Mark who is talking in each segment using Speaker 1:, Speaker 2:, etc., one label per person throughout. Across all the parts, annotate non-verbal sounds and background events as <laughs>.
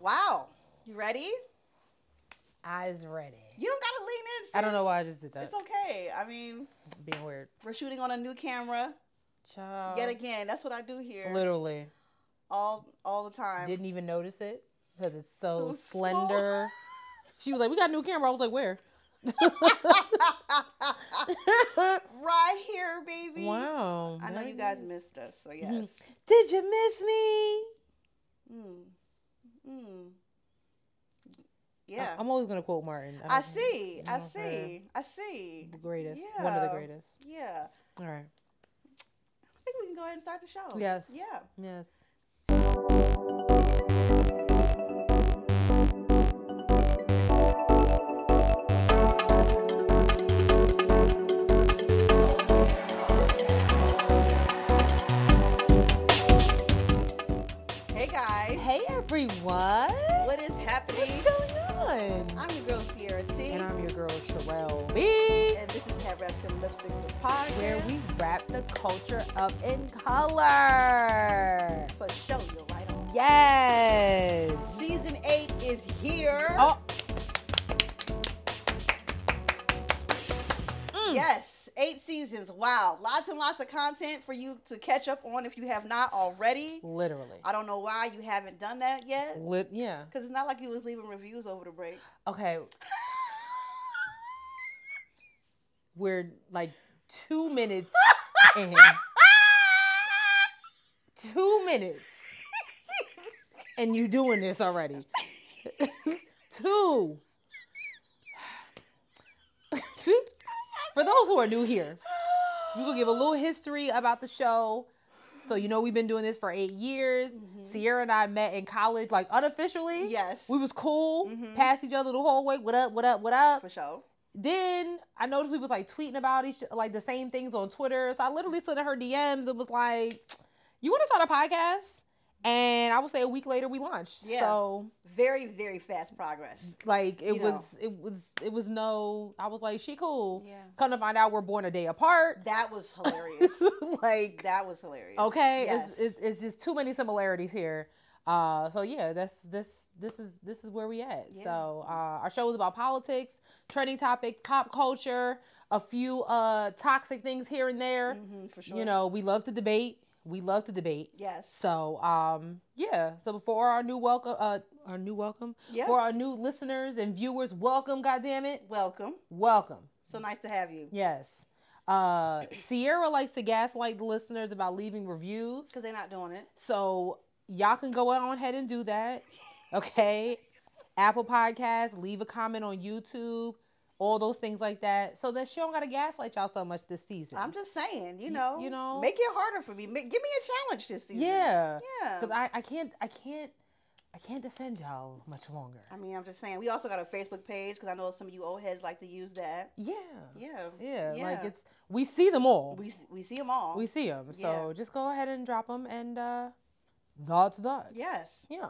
Speaker 1: Wow. You ready?
Speaker 2: Eyes ready.
Speaker 1: You don't gotta lean in.
Speaker 2: I don't know
Speaker 1: sis.
Speaker 2: why I just did that.
Speaker 1: It's okay. I mean,
Speaker 2: Being weird.
Speaker 1: we're shooting on a new camera
Speaker 2: Child.
Speaker 1: yet again. That's what I do here,
Speaker 2: Um, Literally.
Speaker 1: all all the time.
Speaker 2: Didn't even notice it because it's so,
Speaker 1: So small.
Speaker 2: slender. she was like, "We got a new camera." I was like,
Speaker 1: <laughs>
Speaker 2: "Where?" <laughs>
Speaker 1: right here, baby.
Speaker 2: wow. Mm-hmm.
Speaker 1: I know you guys missed us, so yes.
Speaker 2: Did you miss me?
Speaker 1: Mm. Mm. Yeah.
Speaker 2: I- am always gonna quote Martin.
Speaker 1: I
Speaker 2: don't-
Speaker 1: see. I
Speaker 2: know her.
Speaker 1: see. I see.
Speaker 2: The greatest. One of the
Speaker 1: Yeah.
Speaker 2: greatest.
Speaker 1: Yeah.
Speaker 2: All right.
Speaker 1: I think we can go ahead and start the show.
Speaker 2: Yes.
Speaker 1: Yeah.
Speaker 2: Yes.
Speaker 1: Hey guys.
Speaker 2: Hey everyone.
Speaker 1: What is happening?
Speaker 2: What's going on?
Speaker 1: I'm your girl Sierra T.
Speaker 2: And I'm your girl Sherelle B.
Speaker 1: and this is Hat Raps and Lipsticks the podcast.
Speaker 2: Where we wrap the culture up in color.
Speaker 1: for show you're right on.
Speaker 2: Yes.
Speaker 1: Season eight is here.
Speaker 2: Oh, Mm.
Speaker 1: Yes, eight seasons. Wow, lots and lots of content for you to catch up on if you have not already.
Speaker 2: literally.
Speaker 1: I don't know why you haven't done that yet,
Speaker 2: Lit- yeah.
Speaker 1: because it's not like you was leaving reviews over the break.
Speaker 2: Okay. We're like two minutes in. two minutes. And you doing this already. two. For those who are new here, you can give a little history about the show. So you know we've been doing this for eight years. Sierra and I met in college, like unofficially.
Speaker 1: Yes,
Speaker 2: We was cool,
Speaker 1: Mm-hmm.
Speaker 2: passed each other the whole way. What up? What up? What up?
Speaker 1: for sure.
Speaker 2: Then I noticed we was like tweeting about each like the same things on Twitter. So I literally slid in her DMs and was like, "You want to start a podcast?" And I would say a week later we launched.
Speaker 1: Yeah.
Speaker 2: So
Speaker 1: Very, very fast progress.
Speaker 2: like it
Speaker 1: You know.
Speaker 2: was it was it was no. I was like, "She cool."
Speaker 1: Yeah.
Speaker 2: Come to find out, we're born a day apart. <laughs>
Speaker 1: That was hilarious.
Speaker 2: like
Speaker 1: that was hilarious.
Speaker 2: okay,
Speaker 1: Yes.
Speaker 2: it's, it's it's just too many similarities here. Uh, so yeah, that's this this is this is where we at.
Speaker 1: Yeah.
Speaker 2: So uh, our show is about politics, trending topics, pop culture, a few uh toxic things here and there.
Speaker 1: Mhm, for sure.
Speaker 2: You know, we love to debate. We love to debate.
Speaker 1: Yes.
Speaker 2: So um yeah, so before our new welcome, uh, our new welcome
Speaker 1: Yes.
Speaker 2: for our new listeners and viewers, welcome, goddamn it,
Speaker 1: Welcome.
Speaker 2: welcome.
Speaker 1: So nice to have you.
Speaker 2: Yes. Uh, Sierra likes to gaslight the listeners about leaving reviews.
Speaker 1: Because they're not doing it.
Speaker 2: So y'all can go on ahead and do that.
Speaker 1: <laughs>
Speaker 2: Okay. Apple Podcasts, leave a comment on YouTube, all those things like that. So that she don't gotta gaslight y'all so much this season.
Speaker 1: I'm just saying, you know,
Speaker 2: you know.
Speaker 1: make it harder for me. Make, give me a challenge this season.
Speaker 2: yeah.
Speaker 1: Yeah.
Speaker 2: Cause I, I can't I can't I can't defend y'all much longer.
Speaker 1: I mean, I'm just saying. We also got a Facebook page because I know some of you old heads like to use that.
Speaker 2: Yeah.
Speaker 1: Yeah.
Speaker 2: Yeah.
Speaker 1: Yeah.
Speaker 2: Like it's we see them all. We,
Speaker 1: We s- we see them all.
Speaker 2: we see them. So
Speaker 1: Yeah.
Speaker 2: just go ahead and drop them and uh thoughts thoughts.
Speaker 1: yes.
Speaker 2: Yeah.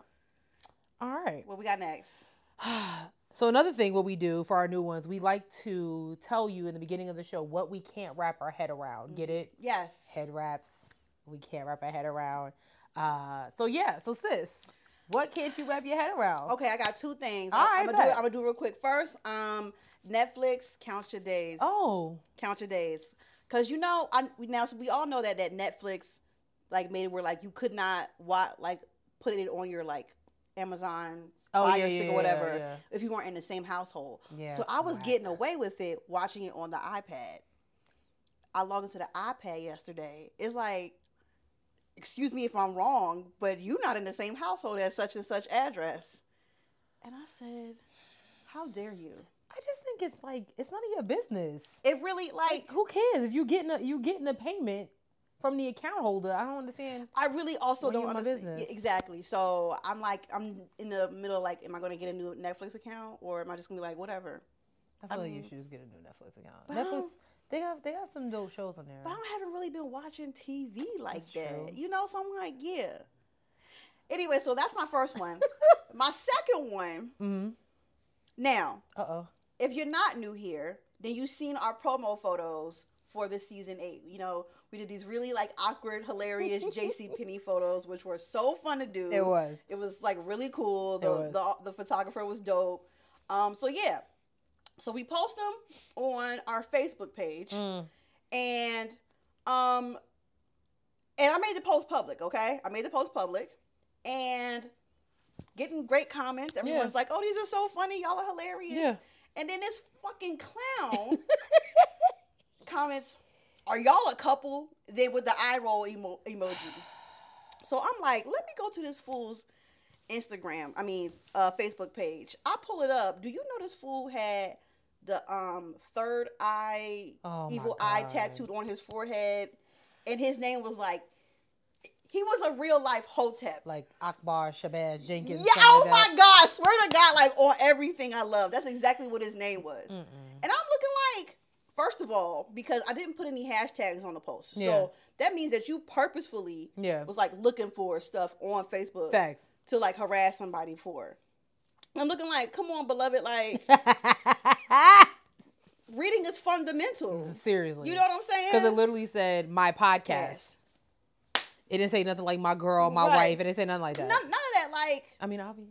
Speaker 2: All right.
Speaker 1: What we got next?
Speaker 2: <sighs> So another thing what we do for our new ones, we like to tell you in the beginning of the show what we can't wrap our head around. Get it?
Speaker 1: Yes.
Speaker 2: Head wraps. We can't wrap our head around. Uh, so yeah, so sis, what can't you wrap your head around?
Speaker 1: Okay, I got two things.
Speaker 2: All
Speaker 1: I'm,
Speaker 2: right,
Speaker 1: gonna do.
Speaker 2: bet.
Speaker 1: I'm gonna do real quick first. Um, Netflix, count your days.
Speaker 2: Oh,
Speaker 1: count your days because you know I now so we all know that that Netflix like made it where like you could not watch like put it on your like Amazon
Speaker 2: Oh,
Speaker 1: Fire
Speaker 2: yeah,
Speaker 1: Stick
Speaker 2: yeah,
Speaker 1: or whatever
Speaker 2: yeah, yeah.
Speaker 1: if you weren't in the same household.
Speaker 2: Yeah,
Speaker 1: so
Speaker 2: it's
Speaker 1: I was
Speaker 2: whack.
Speaker 1: getting away with it watching it on the iPad. I logged into the iPad yesterday. It's like, excuse me if I'm wrong, but you're not in the same household as such and such address. And I said, how dare you?
Speaker 2: I just think it's like it's none of your business.
Speaker 1: It really like
Speaker 2: Who cares if you getting a you getting a payment from the account holder? I don't understand.
Speaker 1: I really also
Speaker 2: Why you
Speaker 1: don't
Speaker 2: in my
Speaker 1: understand
Speaker 2: business?
Speaker 1: Yeah, exactly. So I'm like, I'm in the middle. Like, am I going to get a new Netflix account, or am I just going to be like, whatever?
Speaker 2: I feel like you
Speaker 1: mean-
Speaker 2: should just get a new Netflix account.
Speaker 1: Um, I
Speaker 2: Netflix,
Speaker 1: don't-
Speaker 2: they got they got some dope shows on there.
Speaker 1: But I haven't really been watching TV like
Speaker 2: That's
Speaker 1: that,
Speaker 2: true.
Speaker 1: you know. So I'm like, yeah. Anyway, so that's my first
Speaker 2: <laughs>
Speaker 1: one. my second one.
Speaker 2: Mm-hmm.
Speaker 1: Now,
Speaker 2: Uh oh.
Speaker 1: if you're not new here, then you've seen our promo photos for this season eight. You know, we did these really like awkward,
Speaker 2: <laughs>
Speaker 1: hilarious JC Penney photos, which were so fun to do.
Speaker 2: It was.
Speaker 1: It was like really cool. The,
Speaker 2: It
Speaker 1: the the photographer was dope. Um, so yeah, so we post them on our Facebook page,
Speaker 2: Mm.
Speaker 1: and um, and I made the post public. Okay, I made the post public, and getting great comments. Everyone's like, "Oh, these are so funny. Y'all are hilarious."
Speaker 2: Yeah.
Speaker 1: And then this fucking
Speaker 2: <laughs>
Speaker 1: clown comments, "Are y'all a couple?" They with the eye roll emo- emoji. So I'm like, "Let me go to this fool's Instagram. I mean, uh, Facebook page. I pull it up. Do you know this fool had the um third eye,
Speaker 2: Oh my
Speaker 1: evil eye
Speaker 2: God.
Speaker 1: tattooed on his forehead, and his name was like." He was a real life Hotep.
Speaker 2: Like Akbar, Shabazz, Jenkins.
Speaker 1: Yeah,
Speaker 2: something
Speaker 1: oh
Speaker 2: like
Speaker 1: my
Speaker 2: that.
Speaker 1: God, I swear to God, like on everything I love. That's exactly what his name was. And
Speaker 2: Mm-mm.
Speaker 1: I'm looking like, first of all, because I didn't put any hashtags on the post.
Speaker 2: Yeah.
Speaker 1: So that means that you purposefully
Speaker 2: Yeah.
Speaker 1: was like looking for stuff on Facebook
Speaker 2: Facts.
Speaker 1: <laughs> to like harass somebody for. I'm looking like, come on, beloved, like
Speaker 2: <laughs>
Speaker 1: reading is fundamental.
Speaker 2: Seriously.
Speaker 1: You know what I'm saying?
Speaker 2: Because it literally said my podcast.
Speaker 1: Yes.
Speaker 2: It didn't say nothing like my girl, my
Speaker 1: Right.
Speaker 2: wife. It didn't say nothing like that.
Speaker 1: None, none of that, like,
Speaker 2: I mean, I'll be.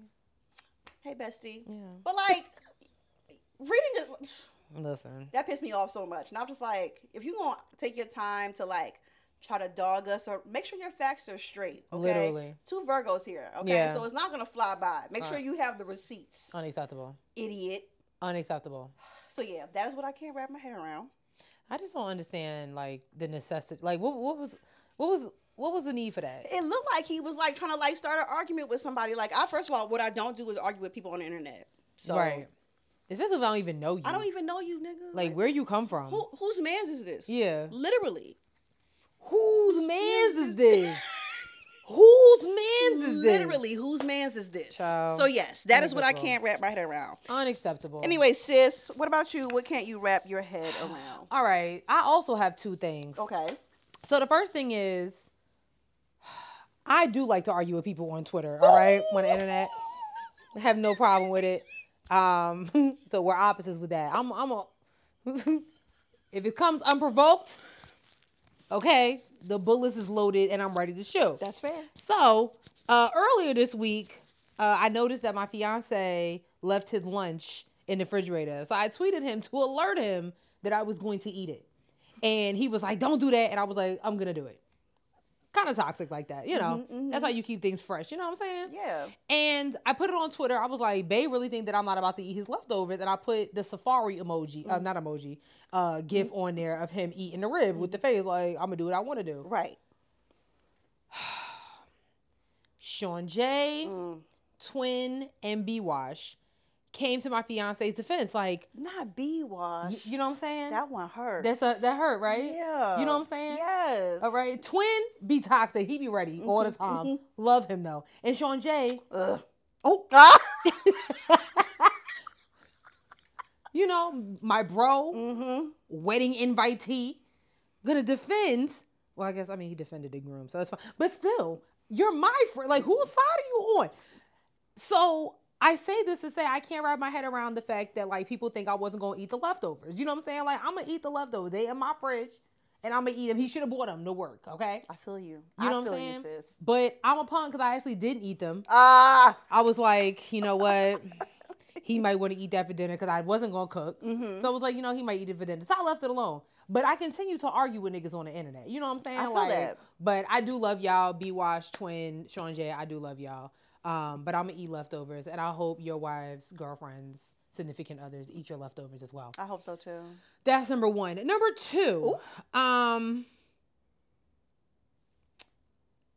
Speaker 1: hey, bestie.
Speaker 2: Yeah.
Speaker 1: But like, reading is.
Speaker 2: Listen.
Speaker 1: that pissed me off so much. And I'm just like, if you gonna take your time to like try to dog us or make sure your facts are straight, okay?
Speaker 2: Literally.
Speaker 1: Two Virgos here, okay?
Speaker 2: Yeah. Uh.
Speaker 1: So it's not gonna fly by. Make sure
Speaker 2: Alright.
Speaker 1: you have the receipts,
Speaker 2: Unacceptable.
Speaker 1: idiot.
Speaker 2: Unacceptable.
Speaker 1: So yeah, that is what I can't wrap my head around.
Speaker 2: I just don't understand like the necessity. Like what what was what was what was the need for that?
Speaker 1: It looked like he was like trying to like start an argument with somebody. Like I, first of all, what I don't do is argue with people on the internet. So
Speaker 2: right. Especially if I don't even know you.
Speaker 1: I don't even know you, nigga.
Speaker 2: like where you come from.
Speaker 1: who, whose man's is this?
Speaker 2: yeah.
Speaker 1: Literally,
Speaker 2: Whose man's is this? Whose man's is this?
Speaker 1: literally, whose man's is this?
Speaker 2: Child,
Speaker 1: So yes, that is what I
Speaker 2: unacceptable.
Speaker 1: can't wrap my head around.
Speaker 2: Unacceptable.
Speaker 1: Anyway, sis, what about you? What can't you wrap your head
Speaker 2: <sighs>
Speaker 1: around?
Speaker 2: All right. I also have two things.
Speaker 1: Okay.
Speaker 2: So the first thing is, <sighs> I do like to argue with people on Twitter. All right, on the internet, I have no problem with it. Um, <laughs> so we're opposites with that. I'm, I'm a. <laughs> if it comes unprovoked, okay, the bullets is loaded and I'm ready to shoot.
Speaker 1: That's fair.
Speaker 2: So uh, earlier this week, uh, I noticed that my fiance left his lunch in the refrigerator. So I tweeted him to alert him that I was going to eat it, and he was like, "Don't do that," and I was like, "I'm gonna do it." Kind of toxic like that, you know. That's how you keep things fresh. You know what I'm saying?
Speaker 1: Yeah.
Speaker 2: And I put it on Twitter. I was like, "Bay really think that I'm not about to eat his leftovers," and I put the safari emoji, uh, not emoji, uh, gif on there of him eating the rib with the face like, "I'm gonna do what I want to do."
Speaker 1: Right.
Speaker 2: Sean J,
Speaker 1: Mm.
Speaker 2: Twin, and B Wash came to my fiance's defense. Like,
Speaker 1: Not B wash.
Speaker 2: y- you know what I'm saying?
Speaker 1: That one hurt.
Speaker 2: That's a, that hurt, right?
Speaker 1: yeah.
Speaker 2: You know what I'm saying?
Speaker 1: Yes.
Speaker 2: All right. Twin be toxic. He be ready all the time. Love him though. And Sean J,
Speaker 1: Mm-hmm, Ugh.
Speaker 2: oh,
Speaker 1: Ah!
Speaker 2: <laughs> you know, my bro,
Speaker 1: mm-hmm.
Speaker 2: wedding invitee, gonna defend. Well, I guess I mean he defended the groom, so that's fine. But still, you're my friend. Like, whose side are you on? So I say this to say I can't wrap my head around the fact that like people think I wasn't gonna eat the leftovers. You know what I'm saying? Like I'm gonna eat the leftovers. They in my fridge, and I'm gonna eat them. He should have bought them to work. Okay.
Speaker 1: I feel you.
Speaker 2: You know
Speaker 1: I
Speaker 2: what
Speaker 1: feel
Speaker 2: I'm saying?
Speaker 1: you, sis.
Speaker 2: But I'm a punk because I actually didn't eat them.
Speaker 1: Ah.
Speaker 2: I was like, you know what? he might want to eat that for dinner because I wasn't gonna cook.
Speaker 1: Mm-hmm.
Speaker 2: So I was like, you know, he might eat it for dinner. So I left it alone. But I continue to argue with niggas on the internet. You know what I'm saying?
Speaker 1: I feel
Speaker 2: like,
Speaker 1: that.
Speaker 2: but I do love y'all. B Wash, Twin, Sean J, I do love y'all. Um, but I'm gonna eat leftovers, and I hope your wives, girlfriends, significant others eat your leftovers as well.
Speaker 1: I hope so too.
Speaker 2: That's number one. Number two, um,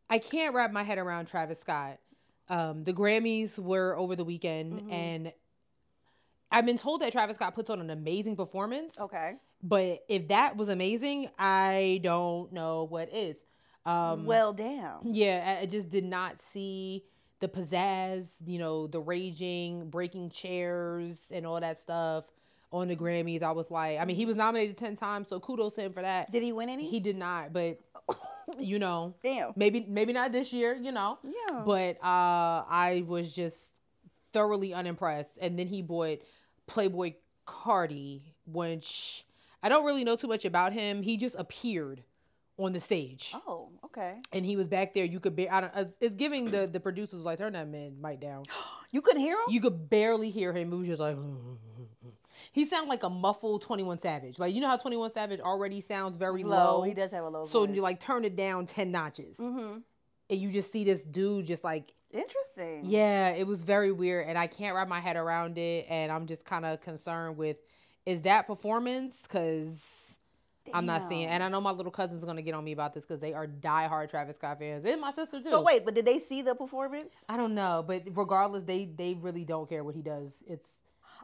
Speaker 2: I can't wrap my head around Travis Scott. Um, the Grammys were over the weekend,
Speaker 1: Mm-hmm.
Speaker 2: and I've been told that Travis Scott puts on an amazing performance.
Speaker 1: Okay.
Speaker 2: But if that was amazing, I don't know what is. Um,
Speaker 1: well, damn.
Speaker 2: yeah, I- I just did not see the pizzazz, you know, the raging, breaking chairs, and all that stuff on the Grammys. I was like, I mean, he was nominated 10 times, so kudos to him for that.
Speaker 1: Did he win any?
Speaker 2: He did not, but <coughs> you know,
Speaker 1: damn.
Speaker 2: maybe maybe not this year, you know.
Speaker 1: Yeah.
Speaker 2: But uh I was just thoroughly unimpressed. And then he bought Playboy Cardi, which I don't really know too much about him. He just appeared on the stage.
Speaker 1: Oh, okay.
Speaker 2: And he was back there. You could be. I don't. it's- It's giving the the producers like turn that man
Speaker 1: <gasps>
Speaker 2: mic down.
Speaker 1: You couldn't hear him?
Speaker 2: You could barely hear him. It was just like <laughs> he sounded like a muffled Twenty One Savage. Like you know how Twenty One Savage already sounds very low.
Speaker 1: low. He does have a low
Speaker 2: So
Speaker 1: voice.
Speaker 2: you like turn it down ten notches,
Speaker 1: Mhm.
Speaker 2: and you just see this dude just like
Speaker 1: Interesting.
Speaker 2: yeah, it was very weird, and I can't wrap my head around it. And I'm just kind of concerned with is that performance because I'm not seeing. And I know my little cousin's gonna get on me about this because they are diehard Travis Scott fans, and my sister too.
Speaker 1: So wait, but did they see the performance?
Speaker 2: I don't know, but regardless, they they really don't care what he does. It's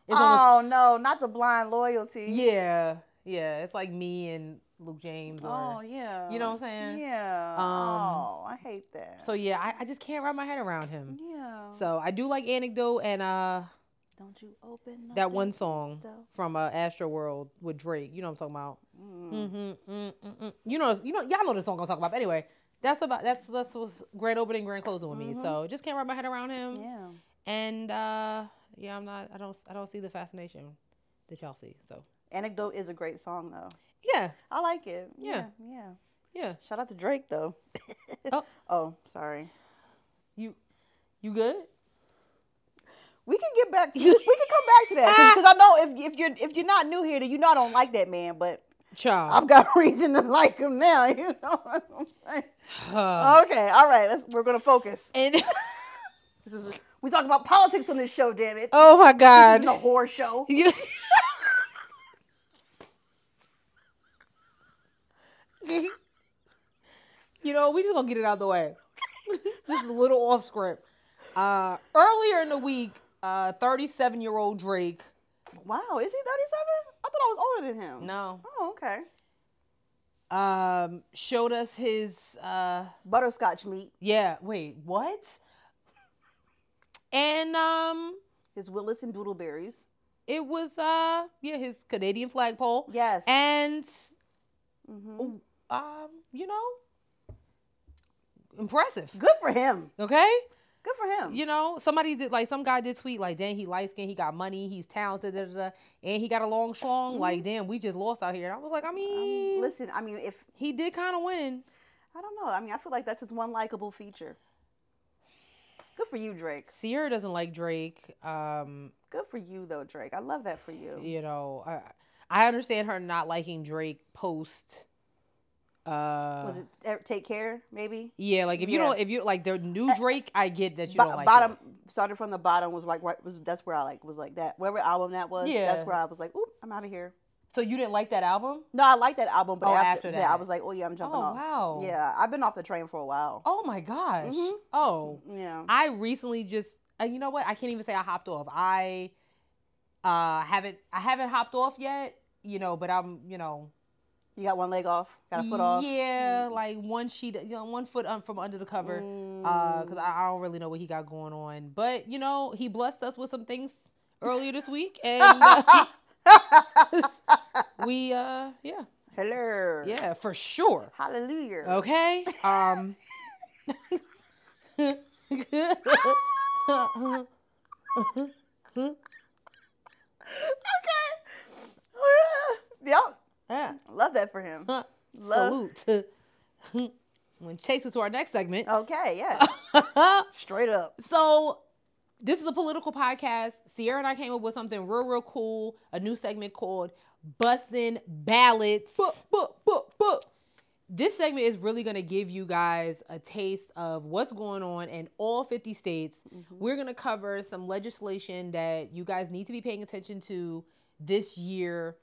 Speaker 2: it's almost,
Speaker 1: Oh no, not the blind loyalty.
Speaker 2: yeah, yeah. It's like me and Luke James. Or,
Speaker 1: Oh yeah.
Speaker 2: You know what I'm saying? Um,
Speaker 1: Yeah. oh, I hate that.
Speaker 2: So yeah, I, I just can't wrap my head around him.
Speaker 1: yeah.
Speaker 2: So I do like anecdote and uh
Speaker 1: Don't you open up
Speaker 2: that
Speaker 1: the
Speaker 2: one song
Speaker 1: window.
Speaker 2: from uh, Astro World with Drake. You know what I'm talking about. Mm-hmm, mm, mm, mm. You know, you know, y'all know the song I'm talking about. But anyway, that's about that's that's what's great opening, grand closing with
Speaker 1: Mm-hmm.
Speaker 2: me. So just can't wrap my head around him.
Speaker 1: Yeah.
Speaker 2: And uh yeah, I'm not. I don't. I don't see the fascination that y'all see. So
Speaker 1: Anecdote is a great song though.
Speaker 2: yeah,
Speaker 1: I like it.
Speaker 2: Yeah.
Speaker 1: Yeah. yeah.
Speaker 2: yeah.
Speaker 1: Shout out to Drake though. <laughs>
Speaker 2: Oh.
Speaker 1: oh, sorry.
Speaker 2: You you good?
Speaker 1: We can get back to
Speaker 2: <laughs>
Speaker 1: we can come back to that because I know if if you're if you're not new here, then you know I don't like that man, but
Speaker 2: Child.
Speaker 1: I've got <laughs> reason to like him now. <laughs> You know what I'm saying? Okay, all right. Let's we're gonna focus.
Speaker 2: and <laughs>
Speaker 1: This is we talk about politics on this show, damn it.
Speaker 2: oh my
Speaker 1: this
Speaker 2: god.
Speaker 1: isn't a horror show.
Speaker 2: You- <laughs> you know, we just gonna get it out the way. <laughs> this is a little off script. Uh, earlier in the week, uh, 37 year old Drake.
Speaker 1: Wow, is he 37? I thought I was older than him.
Speaker 2: No.
Speaker 1: Oh, okay.
Speaker 2: Um, showed us his. Uh,
Speaker 1: Butterscotch meat,
Speaker 2: yeah. Wait. What? And um,
Speaker 1: his Willis and Doodleberries.
Speaker 2: it was uh, yeah, his Canadian flagpole.
Speaker 1: Yes.
Speaker 2: And
Speaker 1: Mhm.
Speaker 2: um, you know, impressive.
Speaker 1: Good for him.
Speaker 2: Okay.
Speaker 1: Good for him.
Speaker 2: You know, somebody did like some guy did tweet like, "Damn, he light skinned, he got money, he's talented, da, da, da, and he got a long schlong." Like, damn, we just lost out here. And I was like, I mean,
Speaker 1: Listen, I mean, if
Speaker 2: he did kind of win.
Speaker 1: I don't know, I mean, I feel like that's his one likable feature. Good for you, Drake.
Speaker 2: Sierra doesn't like Drake. Um,
Speaker 1: Good for you, though, Drake. I love that for you.
Speaker 2: you know, I, I understand her not liking Drake post. Uh,
Speaker 1: Was it eh, Take Care, maybe?
Speaker 2: yeah, like if you
Speaker 1: Yeah. Eh,
Speaker 2: don't, if you like the new Drake, I get that you
Speaker 1: Bo-
Speaker 2: don't like
Speaker 1: bottom
Speaker 2: it.
Speaker 1: started from the bottom was like right was that's where I like was like that whatever album that was
Speaker 2: Yeah.
Speaker 1: that's where I was like oop I'm out of here
Speaker 2: So you didn't like that album?
Speaker 1: no I like that album but
Speaker 2: Oh,
Speaker 1: after,
Speaker 2: after
Speaker 1: that, I
Speaker 2: that.
Speaker 1: was like oh yeah I'm jumping
Speaker 2: Oh,
Speaker 1: off
Speaker 2: wow.
Speaker 1: yeah Mm-hmm. I've been off the train for a while
Speaker 2: Oh my gosh. Oh.
Speaker 1: yeah
Speaker 2: I recently just uh, you know what I can't even say I hopped off. I uh haven't I haven't hopped off yet, you know, but I'm you know
Speaker 1: you got one leg off got a foot off
Speaker 2: yeah Mm-hmm. like one sheet you know one foot un- from under the cover
Speaker 1: Mm.
Speaker 2: Uh 'cause because I, I don't really know what he got going on, but you know he blessed us with some things earlier
Speaker 1: <laughs>
Speaker 2: this week and uh, <laughs> we uh yeah
Speaker 1: hello
Speaker 2: yeah Oh. for sure
Speaker 1: hallelujah
Speaker 2: Okay.
Speaker 1: <laughs>
Speaker 2: Um.
Speaker 1: <laughs> yeah
Speaker 2: Ah,
Speaker 1: love that for him
Speaker 2: huh,
Speaker 1: Love.
Speaker 2: Salute. <laughs> When takes us to our next segment.
Speaker 1: okay
Speaker 2: <laughs>
Speaker 1: yeah straight up
Speaker 2: So, this is a political podcast. Sierra and I came up with something real, real cool. A new segment called "Bussin' Ballots." This segment is really going to give you guys a taste of what's going on in all 50 states.
Speaker 1: Mm-hmm.
Speaker 2: We're going to cover some legislation that you guys need to be paying attention to this year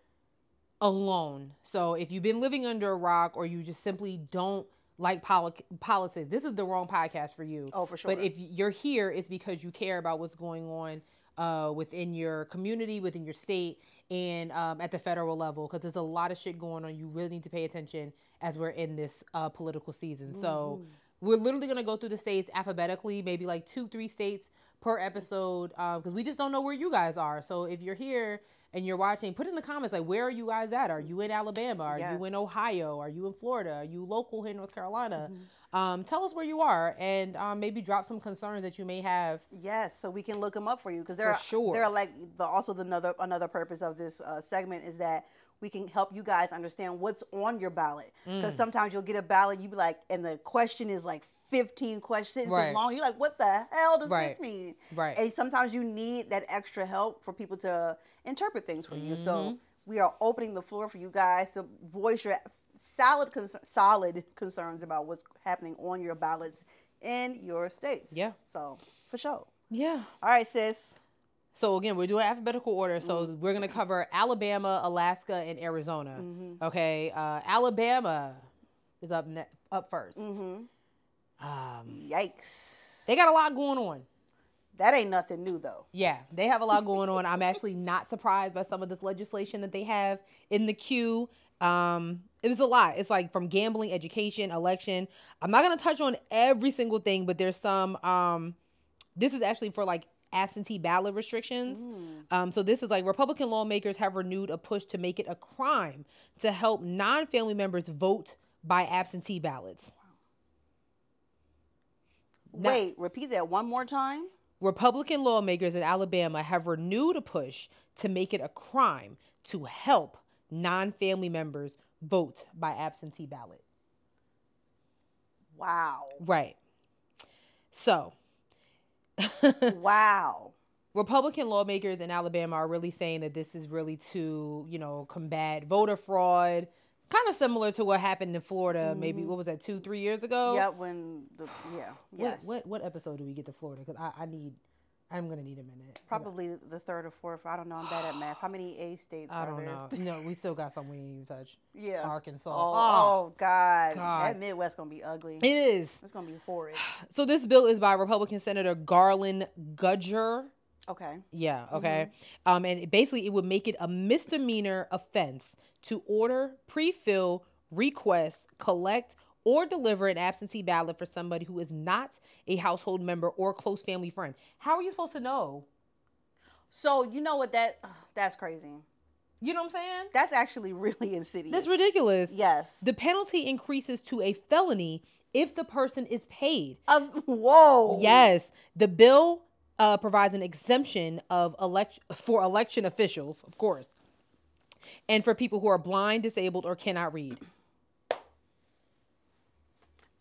Speaker 2: alone. So if you've been living under a rock or you just simply don't like poli- politics, this is the wrong podcast for you.
Speaker 1: Oh, for
Speaker 2: But
Speaker 1: sure.
Speaker 2: if you're here, it's because you care about what's going on uh, within your community, within your state, and um, at the federal level, because there's a lot of shit going on. You really need to pay attention as we're in this uh, political season. So we're literally going to go through the states alphabetically, maybe like two, three states per episode, because we just don't know where you guys are. So if you're here and you're watching, put in the comments like, where are you guys at? Are you in Alabama? Are you in
Speaker 1: Yes.
Speaker 2: Ohio? Are you in Florida? Are you local here in North Carolina? Um, tell us where you are and um, maybe drop some concerns that you may have.
Speaker 1: Yes, so we can look them up for you because there
Speaker 2: For
Speaker 1: are
Speaker 2: sure.
Speaker 1: there are like the also the another another purpose of this uh, segment is that we can help you guys understand what's on your ballot.
Speaker 2: Mm.
Speaker 1: Because sometimes you'll get a ballot, you be like, and the question is like 15 questions
Speaker 2: Right.
Speaker 1: as long. You're like, what the hell does
Speaker 2: Right.
Speaker 1: this mean?
Speaker 2: Right.
Speaker 1: And sometimes you need that extra help for people to interpret things for you.
Speaker 2: Mm-hmm.
Speaker 1: So we are opening the floor for you guys to voice your solid, concer- solid concerns about what's happening on your ballots in your states.
Speaker 2: Yeah.
Speaker 1: So for sure.
Speaker 2: Yeah.
Speaker 1: All right, sis.
Speaker 2: So again, we're doing alphabetical order. So we're gonna cover Alabama, Alaska, and Arizona. Okay, uh, Alabama is up ne- up 1st Um,
Speaker 1: Yikes.
Speaker 2: they got a lot going on.
Speaker 1: That ain't nothing new though.
Speaker 2: Yeah, they have a lot going on. I'm actually not surprised by some of this legislation that they have in the queue. Um, it was a lot. It's like from gambling, education, election. I'm not gonna touch on every single thing, but there's some. Um, this is actually for like absentee ballot restrictions. Um, so this is like Republican lawmakers have renewed a push to make it a crime to help non-family members vote by absentee ballots. Now-
Speaker 1: Wait, repeat that one more time.
Speaker 2: Republican lawmakers in Alabama have renewed a push to make it a crime to help non family members vote by absentee ballot. <laughs>
Speaker 1: Wow.
Speaker 2: Right. So,
Speaker 1: wow.
Speaker 2: Republican lawmakers in Alabama are really saying that this is really to, you know, combat voter fraud, kind of similar to what happened in Florida, maybe,
Speaker 1: Mm-hmm.
Speaker 2: what was that, two, three years ago?
Speaker 1: Yeah, when the yeah, yes.
Speaker 2: What, what, what episode do we get to Florida? Because I, I need, I'm going to need a minute.
Speaker 1: Probably the third or fourth. I don't know. I'm bad at math. How many A states
Speaker 2: I
Speaker 1: are
Speaker 2: don't
Speaker 1: there?
Speaker 2: know. No, we still got something we didn't even touch.
Speaker 1: <laughs> Yeah.
Speaker 2: Arkansas.
Speaker 1: Oh,
Speaker 2: Oh,
Speaker 1: oh, God.
Speaker 2: God.
Speaker 1: That Midwest gonna be ugly.
Speaker 2: It is.
Speaker 1: It's gonna be horrid.
Speaker 2: So this bill is by Republican Senator Garland Gudger.
Speaker 1: Okay.
Speaker 2: Yeah, okay. Um, and it basically, it would make it a misdemeanor offense to order, pre-fill, request, collect, or deliver an absentee ballot for somebody who is not a household member or close family friend. How are you supposed to know?
Speaker 1: So you know what that ugh, that's crazy.
Speaker 2: You know what I'm saying?
Speaker 1: That's actually <laughs> really insidious.
Speaker 2: That's ridiculous.
Speaker 1: Yes.
Speaker 2: The penalty increases to a felony if the person is paid.
Speaker 1: of whoa.
Speaker 2: Yes, the bill uh, provides an exemption of elect- for election officials, of course, and for people who are blind, disabled, or cannot read.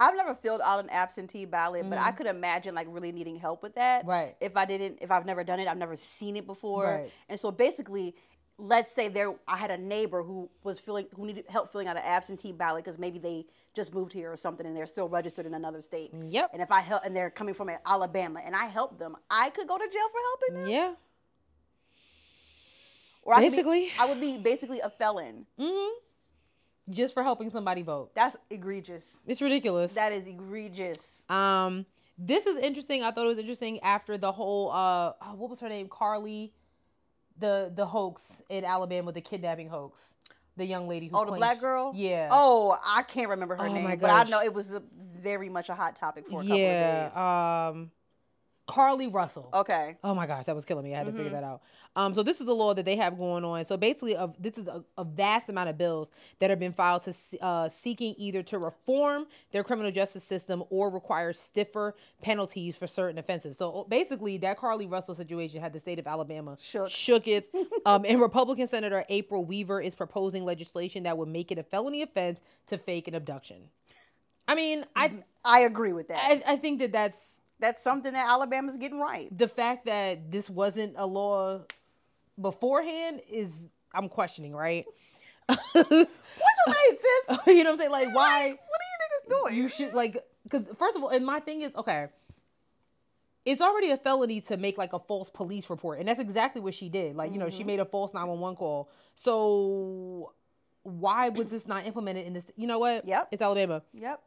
Speaker 1: I've never filled out an absentee ballot, but I could imagine like really needing help with that.
Speaker 2: Mm-hmm. Right.
Speaker 1: If I didn't, if I've never done it, I've never seen it before.
Speaker 2: Right.
Speaker 1: And so basically, let's say there, I had a neighbor who was filling, who needed help filling out an absentee ballot because maybe they just moved here or something and they're still registered in another state.
Speaker 2: Yep.
Speaker 1: And if I help, and they're coming from Alabama, and I help them, I could go to jail for helping them.
Speaker 2: Yeah.
Speaker 1: Or I could be-
Speaker 2: Basically. Mm.
Speaker 1: I would be basically a felon.
Speaker 2: Just for helping somebody vote.
Speaker 1: That's egregious.
Speaker 2: It's ridiculous.
Speaker 1: That is egregious.
Speaker 2: um, this is interesting. I thought it was interesting after the whole uh, oh, what was her name, Carly, the the hoax in Alabama, the kidnapping hoax, the young lady who
Speaker 1: Oh, the
Speaker 2: claimed
Speaker 1: black
Speaker 2: sh-
Speaker 1: girl.
Speaker 2: Yeah.
Speaker 1: Oh, I can't remember her
Speaker 2: Oh
Speaker 1: name,
Speaker 2: my
Speaker 1: but I
Speaker 2: gosh.
Speaker 1: know it was a, very much a hot topic for a couple of days.
Speaker 2: yeah. Um, Carly Russell.
Speaker 1: Okay.
Speaker 2: Oh my gosh, that was killing me. I had to figure that out. Um, so this is the law that they have going on. So basically, of this is a, a vast amount of bills that have been filed to se- uh, seeking either to reform their criminal justice system or require stiffer penalties for certain offenses. So oh, basically, that Carly Russell situation had the state of Alabama
Speaker 1: Shook.
Speaker 2: shooketh. um, and Republican Senator April Weaver is proposing legislation that would make it a felony offense to fake an abduction. I mean, I
Speaker 1: I agree with that.
Speaker 2: I, I think that that's
Speaker 1: That's something that Alabama's getting right.
Speaker 2: the fact that this wasn't a law beforehand is I'm questioning, right? <laughs> you know
Speaker 1: <laughs> What's your name, sis? <laughs>
Speaker 2: what I'm saying? Like, why
Speaker 1: Like, what are you niggas doing?
Speaker 2: you should like? Because first of all, and my thing is okay. It's already a felony to make like a false police report, and that's exactly what she did. Like, you know, she made a false 911 call. So why was this not implemented in this? You know what?
Speaker 1: Yep.
Speaker 2: It's Alabama.
Speaker 1: Yep.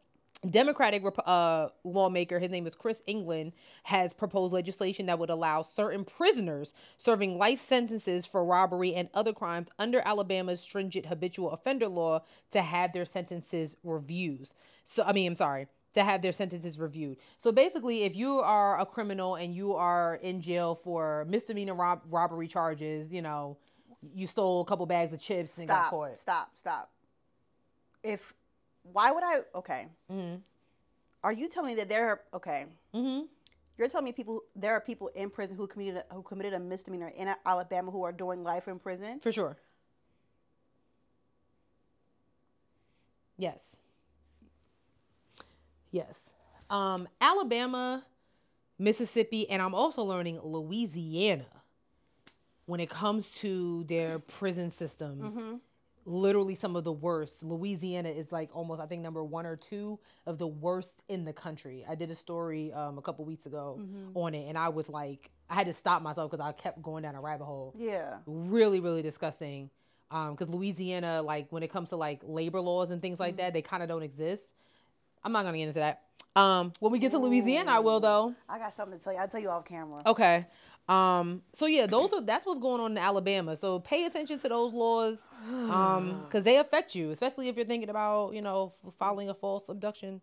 Speaker 2: Democratic rep- uh, lawmaker, his name is Chris England, has proposed legislation that would allow certain prisoners serving life sentences for robbery and other crimes under Alabama's stringent habitual offender law to have their sentences reviewed. So, I mean, I'm sorry, to have their sentences reviewed. So basically, if you are a criminal and you are in jail for misdemeanor rob- robbery charges, you know, you stole a couple bags of chips and got
Speaker 1: Stop.
Speaker 2: caught.
Speaker 1: Stop. Stop. If why would I? Okay. Are you telling me that there are okay?
Speaker 2: Mm-hmm.
Speaker 1: You're telling me people there are people in prison who committed a, who committed a misdemeanor in Alabama who are doing life in prison.
Speaker 2: For sure. Yes. Yes. Um, Alabama, Mississippi, and I'm also learning Louisiana when it comes to their prison systems. Literally some of the worst. Louisiana is like almost, I think, number one or two of the worst in the country. I did a story um, a couple weeks ago on it, and I was like, I had to stop myself because I kept going down a rabbit hole
Speaker 1: Yeah.
Speaker 2: really really disgusting because louisiana like when it comes to like labor laws and things
Speaker 1: Mm-hmm.
Speaker 2: like that they kind of don't exist i'm not gonna get into that um when we get to louisiana i will though
Speaker 1: I got something to tell you. I'll tell you off camera.
Speaker 2: okay um so yeah those are that's what's going on in alabama so pay attention to those laws
Speaker 1: <sighs>
Speaker 2: um because they affect you especially if you're thinking about you know f- filing a false abduction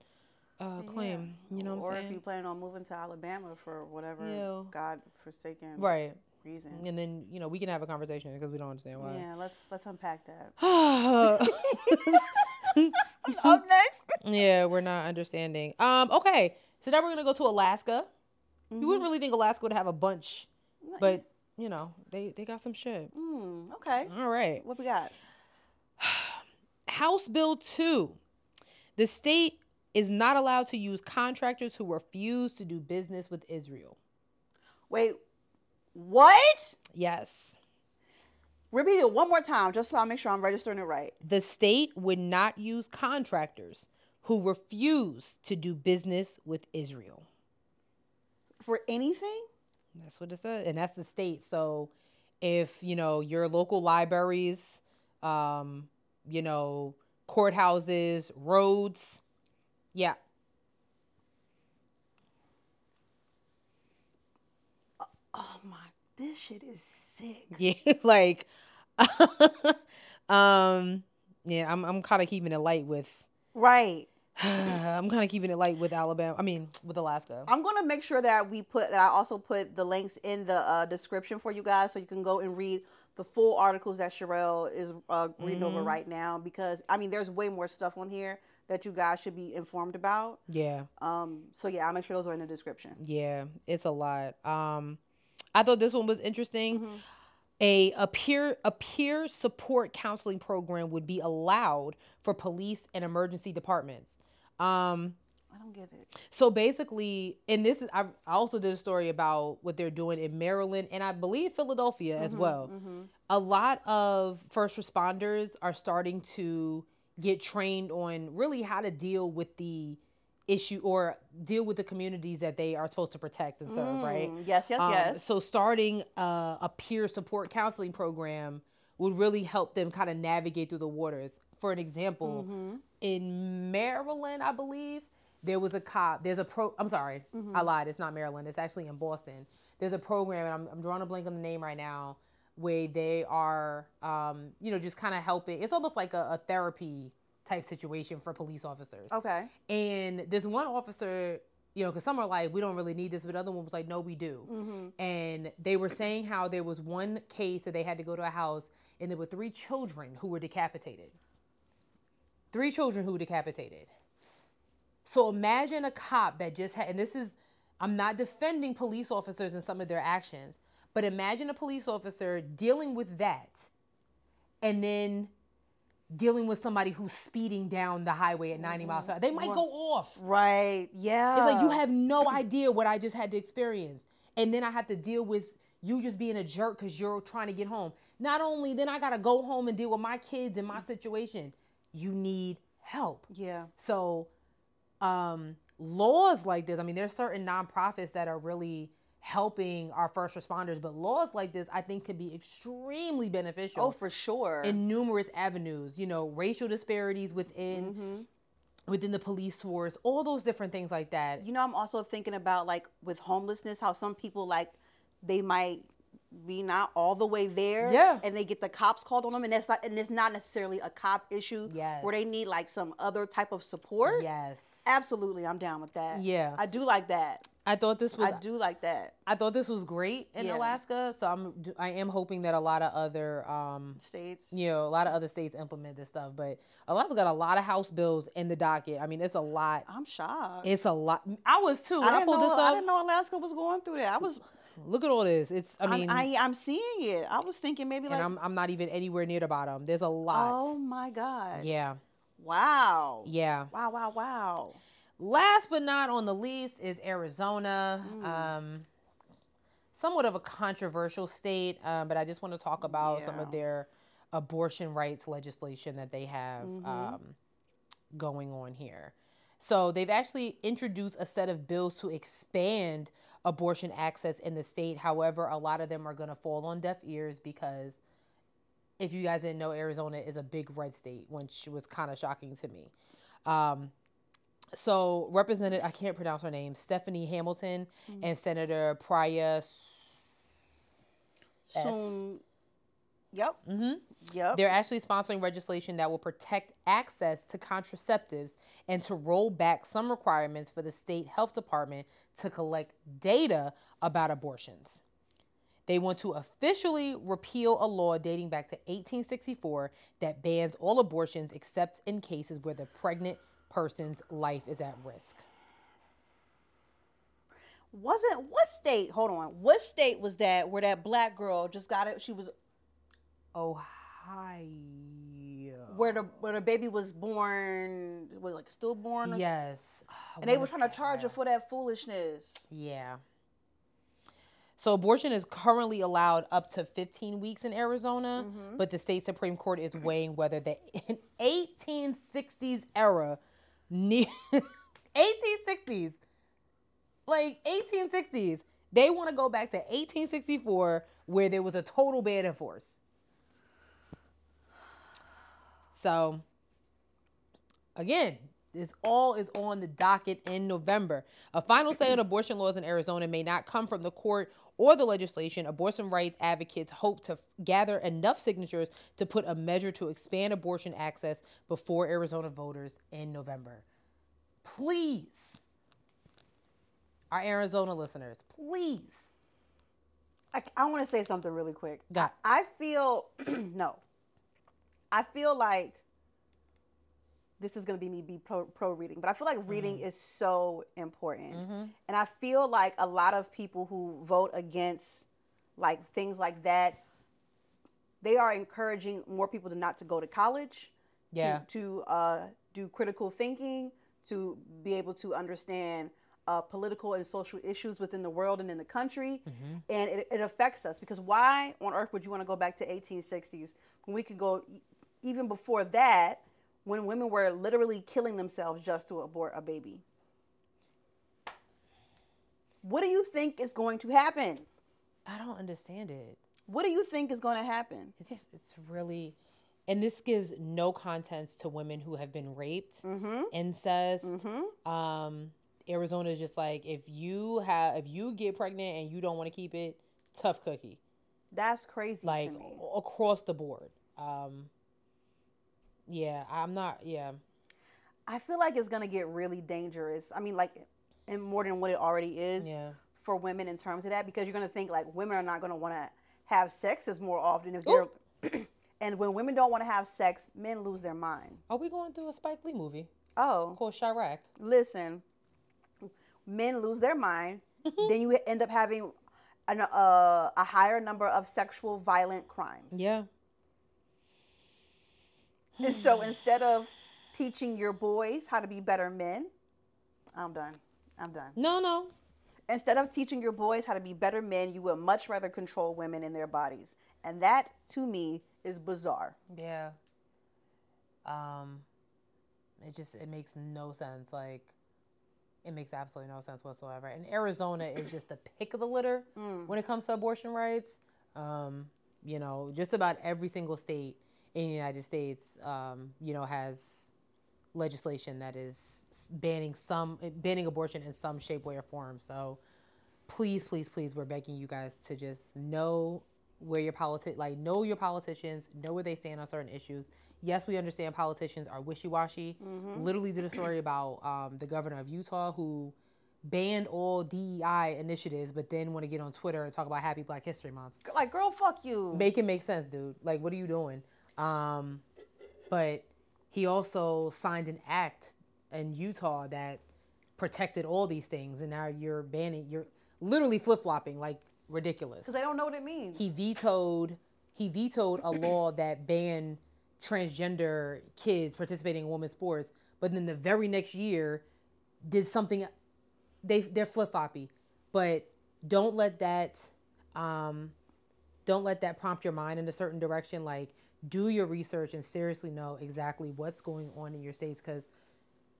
Speaker 2: uh claim you know what
Speaker 1: or
Speaker 2: i'm
Speaker 1: if you
Speaker 2: saying
Speaker 1: plan on moving to Alabama for whatever
Speaker 2: Yeah.
Speaker 1: God forsaken
Speaker 2: right
Speaker 1: reason.
Speaker 2: and then you know we can have a conversation because we don't understand why
Speaker 1: Yeah, let's let's unpack
Speaker 2: <laughs>
Speaker 1: that. <laughs>
Speaker 2: Up
Speaker 1: next.
Speaker 2: yeah, we're not understanding. Um, okay, so now we're gonna go to Alaska. You wouldn't really think Alaska would have a bunch, but you know they they got some shit.
Speaker 1: Mm, okay.
Speaker 2: All right,
Speaker 1: What we got?
Speaker 2: House Bill two. The state is not allowed to use contractors who refuse to do business with Israel.
Speaker 1: Wait. What?
Speaker 2: Yes.
Speaker 1: Repeat it one more time, just so I make sure I'm registering it right.
Speaker 2: The state would not use contractors who refuse to do business with Israel.
Speaker 1: For anything?
Speaker 2: That's what it says, and that's the state. So, if you know your local libraries, um, you know courthouses, roads, yeah, <laughs>
Speaker 1: Oh my, this shit is sick.
Speaker 2: yeah, like, <laughs> um, yeah, I'm I'm kind of keeping it light with, <sighs>
Speaker 1: Right.
Speaker 2: I'm kind of keeping it light with Alabama. I mean, with Alaska.
Speaker 1: I'm gonna make sure that we put that I also put the links in the uh, description for you guys, so you can go and read the full articles that Sherelle is uh, reading over
Speaker 2: Mm-hmm.
Speaker 1: right now. Because I mean, there's way more stuff on here that you guys should be informed about.
Speaker 2: Yeah,
Speaker 1: Um, so yeah, I'll make sure those are in the description.
Speaker 2: yeah, it's a lot. Um, I thought this one was interesting. a a peer a peer support counseling program would be allowed for police and emergency departments. Um,
Speaker 1: I don't get it.
Speaker 2: so basically, and this is I I also did a story about what they're doing in Maryland and I believe Philadelphia as well. A lot of first responders are starting to get trained on really how to deal with the issue or deal with the communities that they are supposed to protect and serve, right?
Speaker 1: Yes, yes,
Speaker 2: Um,
Speaker 1: yes.
Speaker 2: So starting uh, a peer support counseling program would really help them kind of navigate through the waters. For an example,
Speaker 1: Mm-hmm.
Speaker 2: in Maryland, I believe there was a cop. There's a pro. I'm sorry,
Speaker 1: Mm-hmm.
Speaker 2: I lied. It's not Maryland. It's actually in Boston. There's a program, and I'm, I'm drawing a blank on the name right now, where they are, um, you know, just kind of helping. It's almost like a, a therapy type situation for police officers.
Speaker 1: okay.
Speaker 2: Mm-hmm. And there's one officer, you know, because some are like, we don't really need this, but the other one was like, no, we do. And they were saying how there was one case that they had to go to a house, and there were three children who were decapitated. Three children who were decapitated. So imagine a cop that just had, and this is, I'm not defending police officers and some of their actions, but imagine a police officer dealing with that and then dealing with somebody who's speeding down the highway at 90 miles per hour. They might go off.
Speaker 1: Right. Mm-hmm. Yeah.
Speaker 2: It's like you
Speaker 1: <clears throat>
Speaker 2: have no idea what I just had to experience. And then I have to deal with you just being a jerk because you're trying to get home. Not only then I got to go home and deal with my kids and my situation, you need help.
Speaker 1: Yeah.
Speaker 2: So, um, laws like this, I mean, there's certain nonprofits that are really helping our first responders, but laws like this, I think, could be extremely beneficial
Speaker 1: Oh, for sure.
Speaker 2: in numerous avenues. You know, racial disparities within
Speaker 1: Mm-hmm.
Speaker 2: within the police force, all those different things like that.
Speaker 1: you know, I'm also thinking about like with homelessness, how some people like they might be not all the way there,
Speaker 2: Yeah.
Speaker 1: and they get the cops called on them, and that's not, and it's not necessarily a cop issue,
Speaker 2: Yes.
Speaker 1: where they need like some other type of support.
Speaker 2: Yes,
Speaker 1: Absolutely, I'm down with that.
Speaker 2: Yeah.
Speaker 1: I do like that.
Speaker 2: I thought this was
Speaker 1: I do like that.
Speaker 2: I thought this was great in
Speaker 1: Yeah.
Speaker 2: Alaska. So I'm I am hoping that a lot of other um
Speaker 1: States.
Speaker 2: you know a lot of other states implement this stuff. But Alaska got a lot of house bills in the docket. I mean, it's a lot.
Speaker 1: I'm shocked.
Speaker 2: It's a lot. I was too.
Speaker 1: I
Speaker 2: When I,
Speaker 1: didn't
Speaker 2: pulled
Speaker 1: know.
Speaker 2: this
Speaker 1: I
Speaker 2: up.
Speaker 1: didn't know Alaska was going through that. I was.
Speaker 2: Look at all this. It's I
Speaker 1: I
Speaker 2: mean,
Speaker 1: I, I'm seeing it. I was thinking maybe like,
Speaker 2: and I'm I'm not even anywhere near the bottom. There's a lot.
Speaker 1: oh my god.
Speaker 2: Yeah.
Speaker 1: Wow.
Speaker 2: Yeah.
Speaker 1: Wow, wow, wow.
Speaker 2: Last but not on the least is Arizona. Um, somewhat of a controversial state, um, but I just want to talk about some of
Speaker 1: Yeah.
Speaker 2: their abortion rights legislation that they have um, going on here. So they've actually introduced a set of bills to expand abortion access in the state. However, a lot of them are going to fall on deaf ears because if you guys didn't know, Arizona is a big red state, which was kind of shocking to me. Um, so represented, I can't pronounce her name, Stephanie Hamilton and Senator Priya. S.
Speaker 1: Soon. Yep.
Speaker 2: Mm-hmm.
Speaker 1: Yep.
Speaker 2: They're actually sponsoring legislation that will protect access to contraceptives and to roll back some requirements for the state health department to collect data about abortions. They want to officially repeal a law dating back to 1864 that bans all abortions except in cases where the pregnant person's life is at risk.
Speaker 1: Wasn't what state? Hold on. What state was that where that black girl just got it? She was
Speaker 2: Ohio.
Speaker 1: where the where the baby was born was like stillborn. Or s-
Speaker 2: Yes. I
Speaker 1: And they
Speaker 2: wanna
Speaker 1: were trying
Speaker 2: say
Speaker 1: to charge her
Speaker 2: Ohio.
Speaker 1: for that foolishness.
Speaker 2: Yeah. So abortion is currently allowed up to 15 weeks in Arizona, but the state Supreme Court is weighing whether the in 1860s era ne- <laughs> 1860s like 1860s, they want to go back to 1864 where there was a total ban in force. So again, this all is on the docket in November. A final say on abortion laws in Arizona may not come from the court or the legislation. Abortion rights advocates hope to gather enough signatures to put a measure to expand abortion access before Arizona voters in November. Please, our Arizona listeners, please.
Speaker 1: I, I want to say something really quick.
Speaker 2: Got-
Speaker 1: I feel <clears throat> no. I feel like this is going to be me be pro, pro reading, but I feel like reading is so important, and I feel like a lot of people who vote against like things like that, they are encouraging more people to not to go to college, to-
Speaker 2: Yeah.
Speaker 1: to uh, do critical thinking, to be able to understand uh, political and social issues within the world and in the country.
Speaker 2: Mm-hmm.
Speaker 1: And it, it affects us because why on earth would you want to go back to 1860s when we could go e- even before that when women were literally killing themselves just to abort a baby? What do you think is going to happen?
Speaker 2: I don't understand it.
Speaker 1: What do you think is going to happen?
Speaker 2: It's it's really, and this gives no contents to women who have been raped,
Speaker 1: Mm-hmm.
Speaker 2: incest. Um, Arizona is just like if you have if you get pregnant and you don't want to keep it, tough cookie.
Speaker 1: That's crazy
Speaker 2: Like
Speaker 1: to me.
Speaker 2: a- across the board. Um, yeah, I'm not. Yeah,
Speaker 1: I feel like it's gonna get really dangerous. I mean, like, and more than what it already is
Speaker 2: Yeah.
Speaker 1: for women in terms of that, because you're gonna think like women are not gonna want to have sex as more often if they're, <clears throat> and when women don't want to have sex, men lose their mind.
Speaker 2: are we going through a Spike Lee movie
Speaker 1: Oh,
Speaker 2: called Chirac?
Speaker 1: listen, men lose their mind. then you end up having an, uh, a higher number of sexual violent crimes.
Speaker 2: Yeah,
Speaker 1: And so instead of teaching your boys how to be better men, I'm done. I'm done.
Speaker 2: no, no,
Speaker 1: Instead of teaching your boys how to be better men, you would much rather control women and their bodies. And that, to me, is bizarre.
Speaker 2: Yeah. Um it just it makes no sense. Like it makes absolutely no sense whatsoever. And Arizona is just the pick of the litter when it comes to abortion rights. Um, you know, just about every single state in the United States, um, you know, has legislation that is banning some eh, banning abortion in some shape, way, or form. So please, please, please, we're begging you guys to just know where your politi- like know your politicians, know where they stand on certain issues. Yes, we understand politicians are wishy-washy. Literally did a story about um, the governor of Utah who banned all DEI initiatives, but then want to get on Twitter and talk about Happy Black History Month.
Speaker 1: Like, girl, fuck you.
Speaker 2: Make it make sense, dude. Like, what are you doing? Um, but he also signed an act in Utah that protected all these things, and now you're banning. You're literally flip flopping, like ridiculous.
Speaker 1: Because they don't know what it means.
Speaker 2: He vetoed. He vetoed a law that banned transgender kids participating in women's sports, but then the very next year did something they they're flip floppy. But don't let that um don't let that prompt your mind in a certain direction. Like do your research and seriously know exactly what's going on in your states because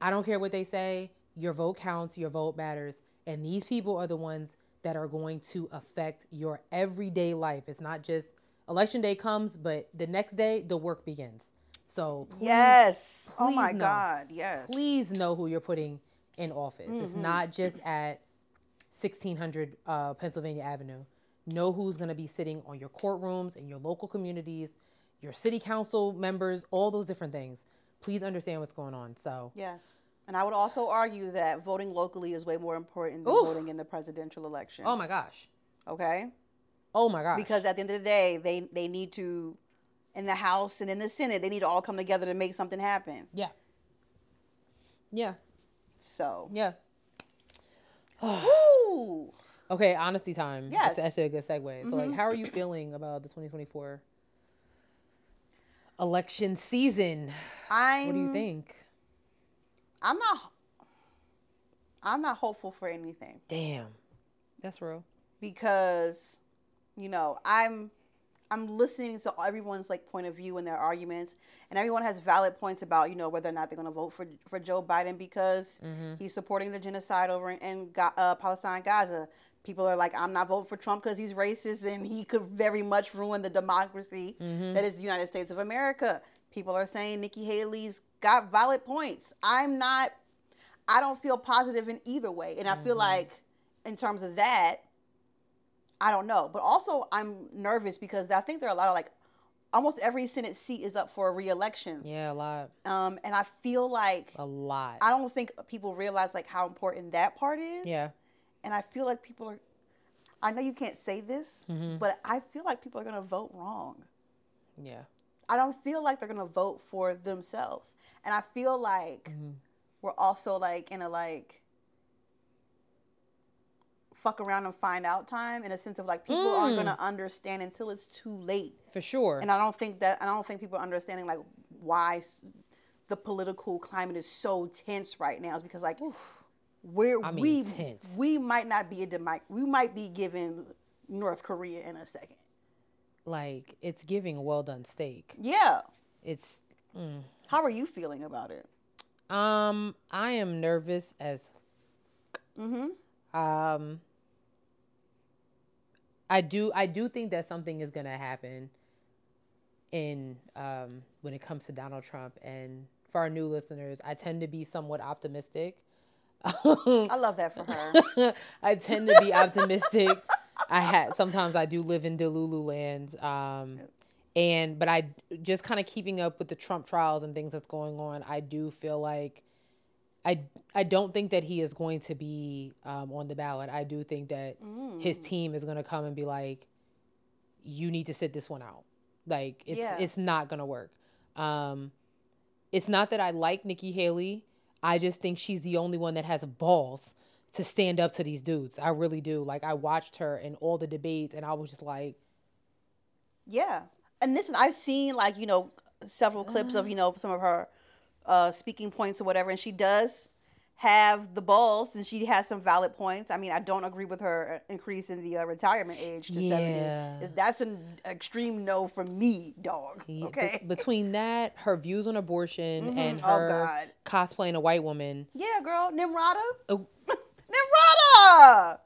Speaker 2: I don't care what they say, your vote counts, your vote matters. And these people are the ones that are going to affect your everyday life. It's not just election day comes, but the next day the work begins. So please,
Speaker 1: yes. oh
Speaker 2: please
Speaker 1: my
Speaker 2: know.
Speaker 1: God. Yes.
Speaker 2: please know who you're putting in office. It's
Speaker 1: Mm-hmm.
Speaker 2: not just at 1600 uh, Pennsylvania Avenue. Know who's going to be sitting on your courtrooms in your local communities, your city council members, all those different things. Please understand what's going on. So,
Speaker 1: Yes. And I would also argue that voting locally is way more important than
Speaker 2: Oof.
Speaker 1: voting in the presidential election.
Speaker 2: oh my gosh.
Speaker 1: Okay?
Speaker 2: Oh my gosh.
Speaker 1: Because at the end of the day, they, they need to, in the House and in the Senate, they need to all come together to make something happen.
Speaker 2: yeah. Yeah. <sighs>
Speaker 1: So, <sighs>
Speaker 2: Yeah.
Speaker 1: Woo!
Speaker 2: Okay, honesty time. Yes.
Speaker 1: Yes. Mm-hmm.
Speaker 2: That's actually a good segue. So, like, how are you feeling about the 2024 election season?
Speaker 1: I'm,
Speaker 2: What do you think?
Speaker 1: I'm not, I'm not hopeful for anything
Speaker 2: Damn. That's real.
Speaker 1: because, you know, I'm, I'm listening to everyone's like point of view and their arguments, and everyone has valid points about you know whether or not they're going to vote for for Joe Biden because he's supporting the genocide over in, in Ga- uh, Palestine, Gaza. People are like, I'm not voting for Trump because he's racist and he could very much ruin the democracy that is the United States of America. People are saying Nikki Haley's got valid points. I'm not. I don't feel positive in either way, and I feel
Speaker 2: Mm-hmm.
Speaker 1: like in terms of that, I don't know. But also, I'm nervous because I think there are a lot of like almost every Senate seat is up for a reelection.
Speaker 2: Yeah, a lot.
Speaker 1: Um, and I feel like
Speaker 2: A lot.
Speaker 1: I don't think people realize like how important that part is.
Speaker 2: yeah.
Speaker 1: And I feel like people are. I know you can't say this,
Speaker 2: Mm-hmm.
Speaker 1: but I feel like people are going to vote wrong.
Speaker 2: Yeah.
Speaker 1: I don't feel like they're going to vote for themselves. And I feel like
Speaker 2: Mm-hmm.
Speaker 1: we're also like in a like fuck around and find out time in a sense of like people aren't
Speaker 2: Mm.
Speaker 1: going to understand until it's too late.
Speaker 2: For sure.
Speaker 1: And I don't think that I don't think people are understanding like why s- the political climate is so tense right now is because like we're
Speaker 2: mean,
Speaker 1: we
Speaker 2: tense.
Speaker 1: we might not be a demi- we might be given North Korea in a second.
Speaker 2: like it's giving a well done steak.
Speaker 1: Yeah.
Speaker 2: It's
Speaker 1: How are you feeling about it?
Speaker 2: um I am nervous as mm-hmm. um I do I do think that something is gonna happen in um when it comes to Donald Trump and for our new listeners, I tend to be somewhat optimistic. <laughs>
Speaker 1: I love that for her.
Speaker 2: I tend to be optimistic. I had sometimes I do live in Delulu land, um, and but I just kind of keeping up with the Trump trials and things that's going on. I do feel like I I don't think that he is going to be um, on the ballot. I do think that his team is going to come and be like, you need to sit this one out. Like it's
Speaker 1: Yeah.
Speaker 2: it's not going to work. Um, it's not that I like Nikki Haley. I just think she's the only one that has balls to stand up to these dudes. I really do. Like I watched her in all the debates, and I was just like,
Speaker 1: Yeah. And listen, I've seen like, you know, several clips of, you
Speaker 2: Uh-huh.
Speaker 1: know, some of her uh, speaking points or whatever, and she does have the balls and she has some valid points. I mean, I don't agree with her uh, increase in the uh, retirement age to
Speaker 2: Yeah.
Speaker 1: 70. Is- That's an extreme no for me, dog.
Speaker 2: Yeah, be-
Speaker 1: Okay. <laughs>
Speaker 2: between that, her views on abortion, and
Speaker 1: Oh,
Speaker 2: her
Speaker 1: God.
Speaker 2: cosplaying a white woman,
Speaker 1: yeah, girl. Nimrata?
Speaker 2: Oh.
Speaker 1: <laughs> Nimrata!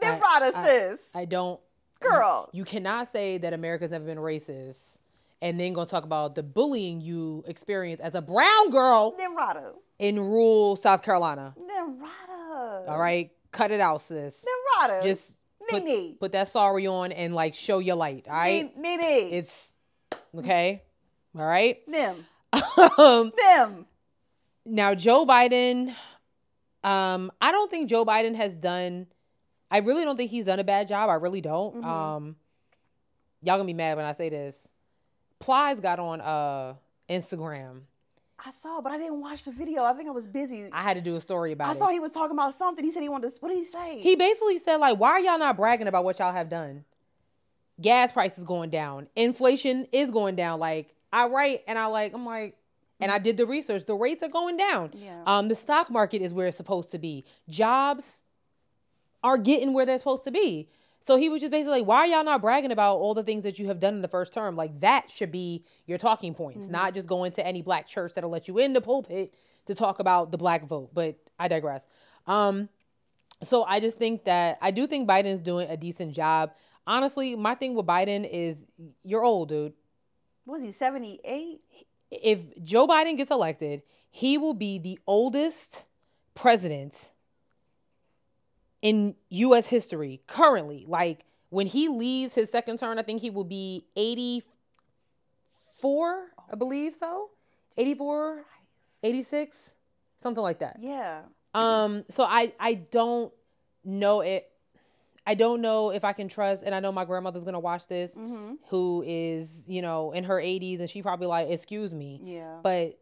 Speaker 1: Nimrata, sis.
Speaker 2: I don't.
Speaker 1: girl.
Speaker 2: You cannot say that America's never been racist, and then gonna talk about the bullying you experience as a brown girl
Speaker 1: Nimrata.
Speaker 2: in rural South Carolina.
Speaker 1: Nimrata.
Speaker 2: All right, cut it out, sis.
Speaker 1: Nimrata.
Speaker 2: Just put,
Speaker 1: Nene.
Speaker 2: put that sorry on and like show your light. All right,
Speaker 1: Nene. Nene.
Speaker 2: it's okay. All right.
Speaker 1: Nim.
Speaker 2: um,
Speaker 1: Nim.
Speaker 2: now Joe Biden, um, I don't think Joe Biden has done. I really don't think he's done a bad job. I really don't. Um, y'all gonna be mad when I say this. Plies got on uh Instagram.
Speaker 1: I saw, but I didn't watch the video. I think I was busy. I,
Speaker 2: I had to do a story about it.
Speaker 1: saw he was talking about something. He said he wanted to. What did he say?
Speaker 2: He basically said, like, why are y'all not bragging about what y'all have done? Gas prices going down, inflation is going down. Like, I write and I like I'm like and I did the research. The rates are going down.
Speaker 1: Yeah.
Speaker 2: Um, the stock market is where it's supposed to be. Jobs are getting where they're supposed to be. So he was just basically like, why are y'all not bragging about all the things that you have done in the first term? Like that should be your talking points, not just going to any black church that'll let you in the pulpit to talk about the black vote. But I digress. Um, so I just think that I do think Biden's doing a decent job. Honestly, my thing with Biden is you're old, dude.
Speaker 1: What was he 78?
Speaker 2: If Joe Biden gets elected, he will be the oldest president in US history currently. Like when he leaves his second term, I think he will be 84, I believe so. 84, 86, something like that.
Speaker 1: Yeah.
Speaker 2: Um, so I I don't know it. I don't know if I can trust, and I know my grandmother's gonna watch this, who is you know in her 80s, and she probably like, excuse me,
Speaker 1: Yeah.
Speaker 2: but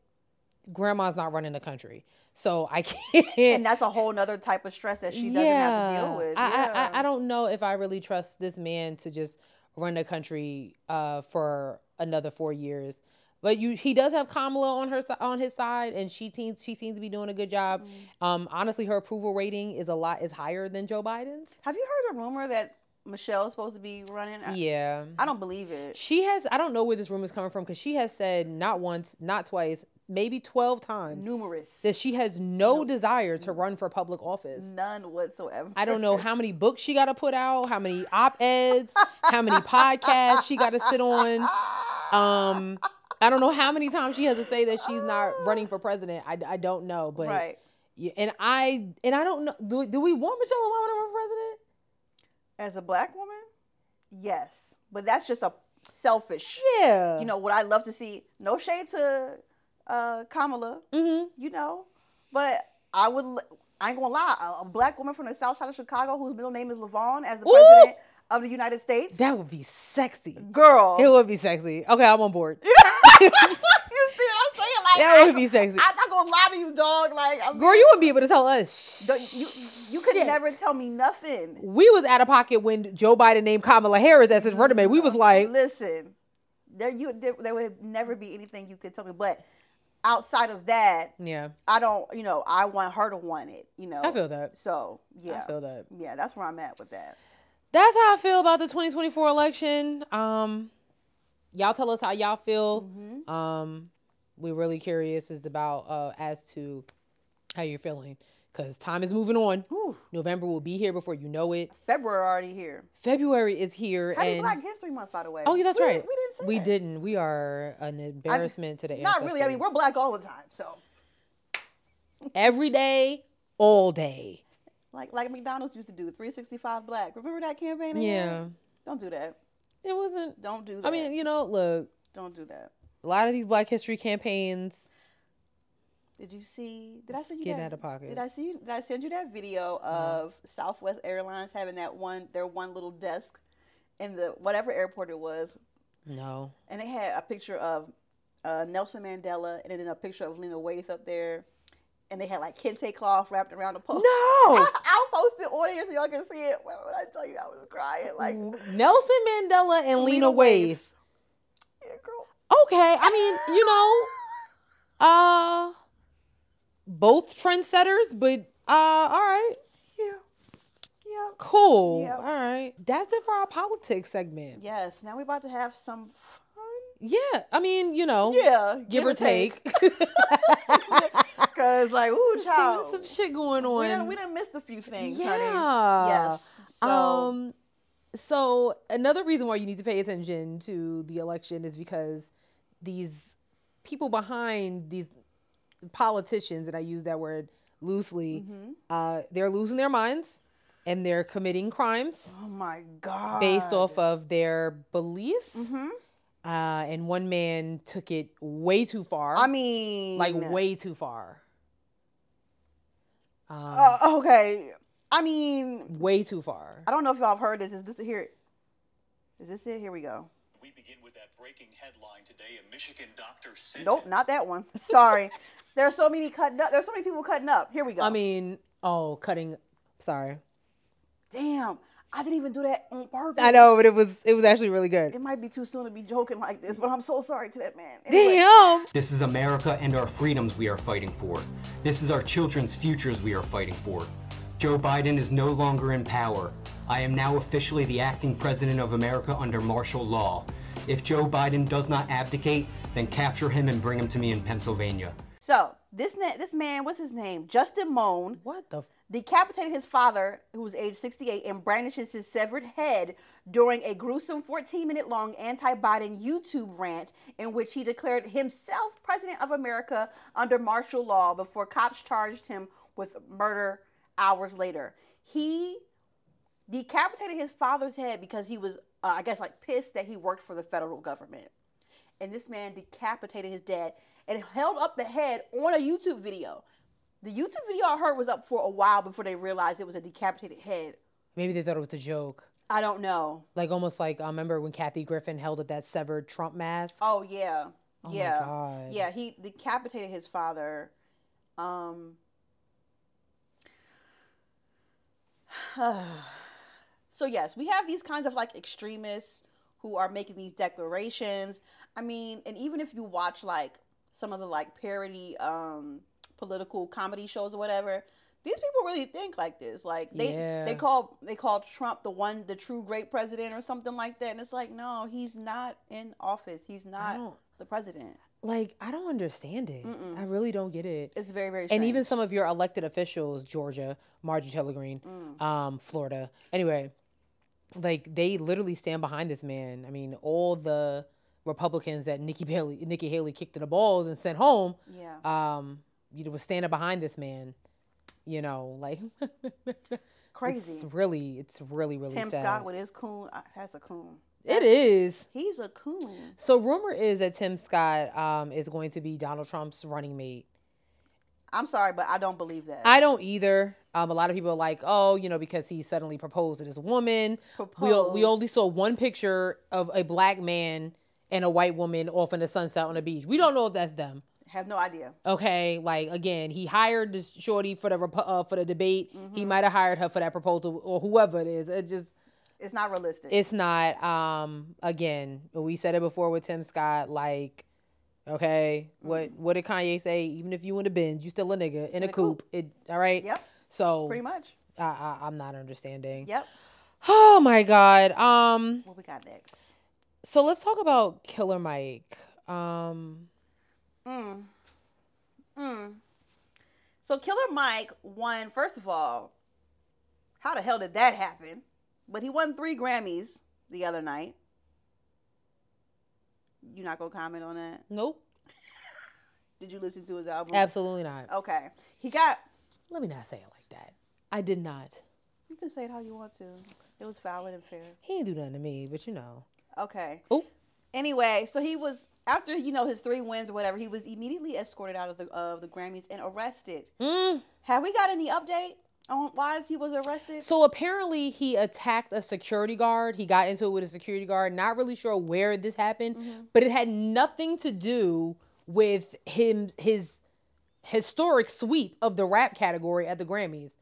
Speaker 2: grandma's not running the country, so I <laughs> can't.
Speaker 1: and that's a whole nother type of stress that she doesn't have to deal with.
Speaker 2: I,
Speaker 1: yeah.
Speaker 2: I, I, I don't know if I really trust this man to just run the country uh, for another four years. But you, he does have Kamala on her si- on his side, and she seems she seems to be doing a good job.
Speaker 1: Mm. Mm-hmm.
Speaker 2: Um, honestly, her approval rating is a lot is higher than Joe Biden's.
Speaker 1: have you heard a rumor that Michelle's supposed to be running? I,
Speaker 2: Yeah,
Speaker 1: I don't believe it.
Speaker 2: she has. I don't know where this rumor is coming from because she has said not once, not twice, maybe twelve times
Speaker 1: Numerous.
Speaker 2: that she has no desire to run for public office.
Speaker 1: None whatsoever.
Speaker 2: I
Speaker 1: <laughs>
Speaker 2: don't know how many books she got to put out, how many op eds, how many podcasts she got to sit on.
Speaker 1: Ah!
Speaker 2: Um, I don't know how many times she has to say that she's not running for president. I, I don't know, but
Speaker 1: Right.
Speaker 2: yeah, and I and I don't know. Do, do we want Michelle Obama to run for president?
Speaker 1: As a black woman, yes. But that's just a selfish.
Speaker 2: Yeah,
Speaker 1: You know, what I love to see, no shade to uh, Kamala,
Speaker 2: Mhm.
Speaker 1: you know, but I would, l- I ain't gonna lie, a, a black woman from the south side of Chicago whose middle name is LaVon as the
Speaker 2: Ooh!
Speaker 1: president of the United States.
Speaker 2: that would be sexy.
Speaker 1: Mm-hmm. girl.
Speaker 2: <laughs> It would be sexy. Okay, I'm on board.
Speaker 1: <laughs> you see what I'm saying? Like
Speaker 2: That
Speaker 1: I-
Speaker 2: would be sexy.
Speaker 1: I'm not gonna lie to you, dog. Like I'm,
Speaker 2: Girl, you wouldn't be able to tell us.
Speaker 1: Don't- you, you could
Speaker 2: Shit.
Speaker 1: never tell me nothing.
Speaker 2: we was out of pocket when Joe Biden named Kamala Harris as his running mate. We was like,
Speaker 1: Mm-hmm. Listen, there you there, there would never be anything you could tell me. But outside of that,
Speaker 2: yeah,
Speaker 1: I don't. You know, I want her to want it. You know,
Speaker 2: I feel that.
Speaker 1: So yeah,
Speaker 2: I feel that.
Speaker 1: yeah, that's where I'm at with that.
Speaker 2: that's how I feel about the 2024 election. Um, y'all tell us how y'all feel.
Speaker 1: Mm-hmm.
Speaker 2: Um, we're really curious as about uh, as to how you're feeling because time is moving on. November will be here before you know it.
Speaker 1: February already here.
Speaker 2: February is here,
Speaker 1: Happy
Speaker 2: and
Speaker 1: Black History Month, by the way.
Speaker 2: oh yeah, that's
Speaker 1: we
Speaker 2: right.
Speaker 1: Didn't, we didn't say
Speaker 2: we
Speaker 1: that.
Speaker 2: didn't. We are an embarrassment to the
Speaker 1: Not really. I mean,
Speaker 2: ancestors.
Speaker 1: we're black all the time, so
Speaker 2: every day, all day.
Speaker 1: like like McDonald's used to do 365 black. Remember that campaign? they had?
Speaker 2: Yeah,
Speaker 1: Don't do that.
Speaker 2: it wasn't.
Speaker 1: Don't do that.
Speaker 2: I mean, you know, look,
Speaker 1: don't do that.
Speaker 2: a lot of these Black History campaigns.
Speaker 1: Did you see? Did I send you
Speaker 2: Getting
Speaker 1: that?
Speaker 2: out of pocket.
Speaker 1: Did I see? you- Did I send you that video of Southwest Airlines having that one their one little desk in the whatever airport it was,
Speaker 2: No,
Speaker 1: and they had a picture of uh, Nelson Mandela and then a picture of Lena Waithe up there, and they had like kente cloth wrapped around the post. <laughs>
Speaker 2: no.
Speaker 1: I'll post it on here so y'all can see it. When when I tell you, I was crying like,
Speaker 2: Nelson Mandela and
Speaker 1: Lena
Speaker 2: Lena, Waithe.
Speaker 1: Waithe. yeah, girl.
Speaker 2: Okay, I mean, you know, uh, both trendsetters, but uh, all right,
Speaker 1: Yeah, <laughs> yeah.
Speaker 2: cool,
Speaker 1: Yep.
Speaker 2: all right. That's it for our politics segment.
Speaker 1: Yes. Now we're about to have some fun.
Speaker 2: Yeah, I mean, you know,
Speaker 1: Yeah,
Speaker 2: Oh, give, or take. <laughs>
Speaker 1: <laughs> Cause like, ooh,
Speaker 2: some,
Speaker 1: child,
Speaker 2: some shit going on.
Speaker 1: we done we done missed a few things,
Speaker 2: Yeah.
Speaker 1: honey. Yes. So
Speaker 2: Um, so another reason why you need to pay attention to the election is because these people behind these politicians, and I use that word loosely,
Speaker 1: Mm-hmm.
Speaker 2: uh, they're losing their minds and they're committing crimes
Speaker 1: oh my god. Mm-hmm.
Speaker 2: based off of their beliefs. Uh, and one man took it way too far,
Speaker 1: I mean,
Speaker 2: like way too far,
Speaker 1: uh, okay. I mean,
Speaker 2: way too far.
Speaker 1: I don't know if y'all have heard this. Is this here? Is this it? Here we go.
Speaker 3: We begin with that breaking headline today. A Michigan doctor sent
Speaker 1: Nope, not that one. <laughs> Sorry. There's so many cutting up. There's so many people cutting up. Here we go.
Speaker 2: I mean, oh, cutting. Sorry.
Speaker 1: damn. I didn't even do that on purpose.
Speaker 2: I know, but it was it was actually really good.
Speaker 1: it might be too soon to be joking like this, but I'm so sorry to that man. Anyway,
Speaker 2: Damn.
Speaker 4: This is America and our freedoms we are fighting for. This is our children's futures we are fighting for. Joe Biden is no longer in power. I am now officially the acting president of America under martial law. If Joe Biden does not abdicate, then capture him and bring him to me in Pennsylvania.
Speaker 1: So this na- this man, what's his name? Justin Moan
Speaker 2: What the? F-
Speaker 1: decapitated his father, who was age 68, and brandishes his severed head during a gruesome 14 minute long anti Biden YouTube rant in which he declared himself president of America under martial law before cops charged him with murder hours later. He decapitated his father's head because he was, uh, I guess, like pissed that he worked for the federal government. And this man decapitated his dad and held up the head on a YouTube video. The YouTube video I heard was up for a while before they realized it was a decapitated head.
Speaker 2: Maybe they thought it was a joke.
Speaker 1: I don't know.
Speaker 2: Like almost like I remember when Kathy Griffin held up that severed Trump mask.
Speaker 1: Oh yeah,
Speaker 2: my
Speaker 1: yeah,
Speaker 2: God.
Speaker 1: yeah. He decapitated his father. Um. <sighs> so yes, we have these kinds of like extremists who are making these declarations. I mean, and even if you watch like some of the like parody um political comedy shows or whatever, these people really think like this. Like they
Speaker 2: Yeah.
Speaker 1: they call they call Trump the one the true great president or something like that. And it's like, no, he's not in office. He's
Speaker 2: I
Speaker 1: not
Speaker 2: don't
Speaker 1: the president.
Speaker 2: like. I don't understand it. I really don't get it.
Speaker 1: It's very, very
Speaker 2: and even
Speaker 1: strange.
Speaker 2: some of your elected officials, Georgia, Marjorie Taylor Greene, um, Florida. Anyway, like they literally stand behind this man. I mean, all the Republicans that Nikki Haley, Nikki Haley kicked to the balls and sent home,
Speaker 1: Yeah.
Speaker 2: um, you know, was standing behind this man. You know, like <laughs>
Speaker 1: Crazy.
Speaker 2: it's really, it's really, really
Speaker 1: Tim
Speaker 2: sad.
Speaker 1: Scott with his coon uh, has a coon.
Speaker 2: it is.
Speaker 1: He's a coon.
Speaker 2: So rumor is that Tim Scott um, is going to be Donald Trump's running mate.
Speaker 1: I'm sorry, but I don't believe that.
Speaker 2: I don't either. Um, a lot of people are like, oh, you know, because he suddenly proposed to this woman. We, o- we
Speaker 1: Proposed.
Speaker 2: only saw one picture of a black man and a white woman off in the sunset on the beach. We don't know if that's them.
Speaker 1: have no idea.
Speaker 2: Okay, like again, he hired this shorty for the rep- uh, for the debate. He might have hired her for that proposal or whoever it is. It just
Speaker 1: It's not realistic.
Speaker 2: it's not. Um, again, we said it before with Tim Scott. Like, okay, what what did Kanye say? Even if you in the bins, you Mm-hmm. still a nigga in, a, coop. It all right.
Speaker 1: Yep.
Speaker 2: So
Speaker 1: Pretty much.
Speaker 2: I, I, I'm not understanding.
Speaker 1: Yep.
Speaker 2: <sighs> Oh my god. Um.
Speaker 1: What we got next?
Speaker 2: So let's talk about Killer Mike. Um.
Speaker 1: So Killer Mike won, first of all, how the hell did that happen? But he won three Grammys the other night. You not gonna comment on that?
Speaker 2: Nope.
Speaker 1: Did you listen to his album?
Speaker 2: Absolutely not.
Speaker 1: Okay. He got
Speaker 2: Let me not say it like that. I did not.
Speaker 1: you can say it how you want to. It was valid and fair.
Speaker 2: He didn't do nothing to me, but you know.
Speaker 1: Okay.
Speaker 2: Oh.
Speaker 1: Anyway, so he was after you know his three wins or whatever, he was immediately escorted out of the of the Grammys and arrested.
Speaker 2: Mm.
Speaker 1: Have we got any update on why he was arrested?
Speaker 2: So apparently he attacked a security guard. He got into it with a security guard. Not really sure where this happened, but it had nothing to do with him his historic sweep of the rap category at the Grammys.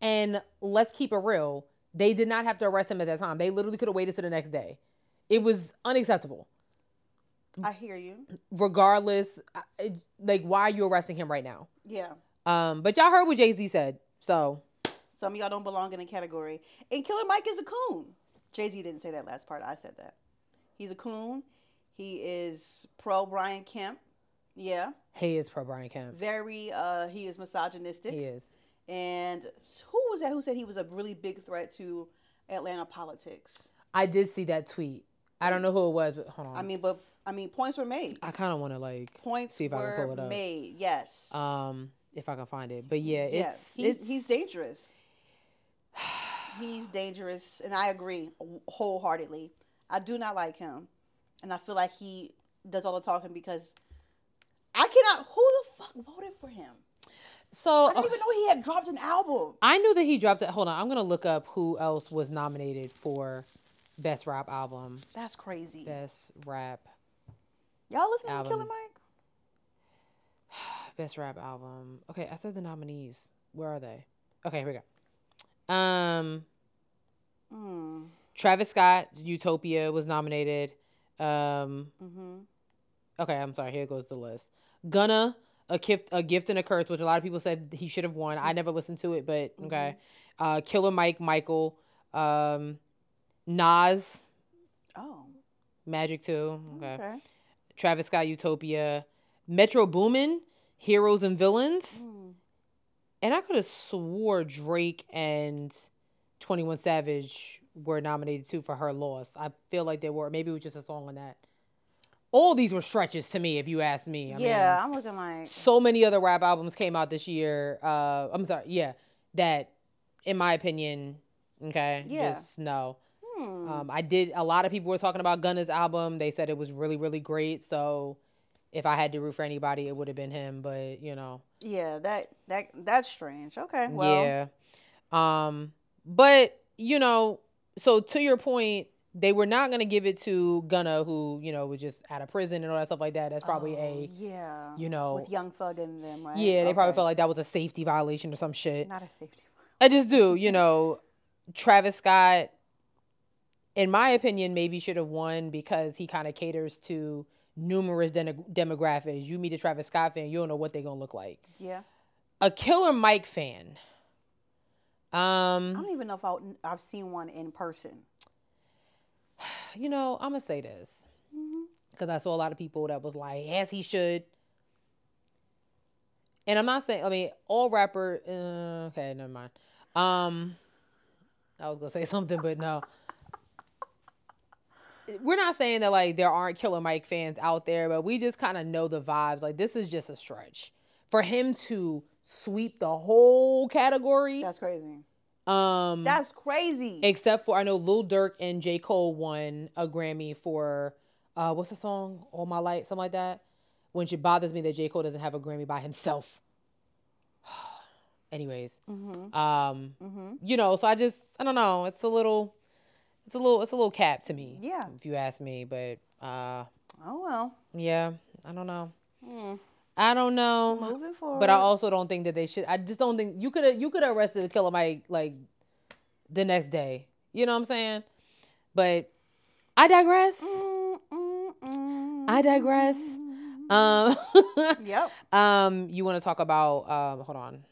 Speaker 2: And let's keep it real, they did not have to arrest him at that time. They literally could have waited to the next day. It was unacceptable.
Speaker 1: I hear you.
Speaker 2: Regardless, I- I- like why are you arresting him right now?
Speaker 1: Yeah.
Speaker 2: Um, but y'all heard what Jay Z said, so
Speaker 1: Some of y'all don't belong in the category. And Killer Mike is a coon. Jay Z didn't say that last part. I said that. He's a coon. He is pro Brian Kemp. Yeah.
Speaker 2: he is pro Brian Kemp.
Speaker 1: Very, uh, he is misogynistic.
Speaker 2: He is.
Speaker 1: And who was that who said he was a really big threat to Atlanta politics?
Speaker 2: I did see that tweet. I don't know who it was, but hold on.
Speaker 1: I mean, but, I mean, points were made.
Speaker 2: I kind of want to like
Speaker 1: Points
Speaker 2: see if I
Speaker 1: were
Speaker 2: can pull it up.
Speaker 1: made. Yes.
Speaker 2: Um, if I can find it, but yeah,
Speaker 1: Yeah,
Speaker 2: it's
Speaker 1: he's,
Speaker 2: it's
Speaker 1: he's dangerous. he's dangerous, and I agree wholeheartedly. I do not like him, and I feel like he does all the talking because I cannot. Who the fuck voted for him?
Speaker 2: so.
Speaker 1: I didn't
Speaker 2: okay,
Speaker 1: even know he had dropped an album.
Speaker 2: I knew that he dropped it. Hold on, I'm gonna look up who else was nominated for best rap album,
Speaker 1: That's crazy.
Speaker 2: best rap,
Speaker 1: Y'all listening to Killer
Speaker 2: Album.
Speaker 1: Mike?
Speaker 2: best rap album. Okay, I said the nominees. Where are they? Okay, here we go. Um, Travis Scott, Utopia was nominated. Um,
Speaker 1: Mm-hmm.
Speaker 2: okay, I'm sorry. Here goes the list. Gunna, a gift, a gift and a curse, which a lot of people said he should have won. I never listened to it, but okay. Uh, Killer Mike, Michael, um, Nas,
Speaker 1: Oh,
Speaker 2: Magic too. Okay.
Speaker 1: okay.
Speaker 2: Travis Scott, Utopia, Metro Boomin, Heroes and Villains,
Speaker 1: Mm.
Speaker 2: and I could have swore Drake and Twenty One Savage were nominated too for her loss. I feel like they were. Maybe it was just a song on that. All these were stretches to me, if you ask me. I mean,
Speaker 1: yeah, I'm looking like
Speaker 2: so many other rap albums came out this year. Uh, I'm sorry, yeah, that in my opinion, okay,
Speaker 1: Yeah.
Speaker 2: just no.
Speaker 1: hmm.
Speaker 2: Um, I did. A lot of people were talking about Gunna's album. They said it was really, really great. So, if I had to root for anybody, it would have been him. But you know,
Speaker 1: yeah. That that that's strange. Okay, well,
Speaker 2: yeah. Um, but you know, so to your point, they were not gonna give it to Gunna, who you know was just out of prison and all that stuff like that. That's probably
Speaker 1: Oh,
Speaker 2: a
Speaker 1: yeah.
Speaker 2: you know,
Speaker 1: with Young Thug and them, right?
Speaker 2: yeah. They probably
Speaker 1: Okay.
Speaker 2: felt like that was a safety violation or some shit.
Speaker 1: not a safety.
Speaker 2: I just
Speaker 1: <laughs>
Speaker 2: do, you know, Travis Scott, in my opinion, maybe should have won because he kind of caters to numerous den- demographics. You meet a Travis Scott fan, you don't know what they're gonna look like.
Speaker 1: Yeah,
Speaker 2: A Killer Mike fan.
Speaker 1: I
Speaker 2: Um,
Speaker 1: don't even know if I, I've seen one in person.
Speaker 2: you know, I'm gonna say this because I saw a lot of people that was like, "Yes, he should." And I'm not saying. I mean, all rapper. Uh, okay, never mind. Um, I was gonna say <laughs> something, but no. We're not saying that like there aren't Killer Mike fans out there, but we just kind of know the vibes. Like this is just a stretch for him to sweep the whole category.
Speaker 1: That's crazy.
Speaker 2: Um,
Speaker 1: That's crazy.
Speaker 2: except for I know Lil Durk and J Cole won a Grammy for uh, what's the song? All My Light, something like that. When she bothers me that J Cole doesn't have a Grammy by himself. <sighs> Anyways, um, you know, so I just I don't know. It's a little, it's a little, it's a little cap to me.
Speaker 1: Yeah.
Speaker 2: if you ask me, but uh,
Speaker 1: oh well,
Speaker 2: yeah, I don't know. I don't know.
Speaker 1: moving forward.
Speaker 2: But I also don't think that they should. I just don't think you could have you could have arrested Killer Mike like the next day. You know what I'm saying? But I digress. I digress. Um, <laughs>
Speaker 1: yep.
Speaker 2: um, you want to talk about? Um, hold on.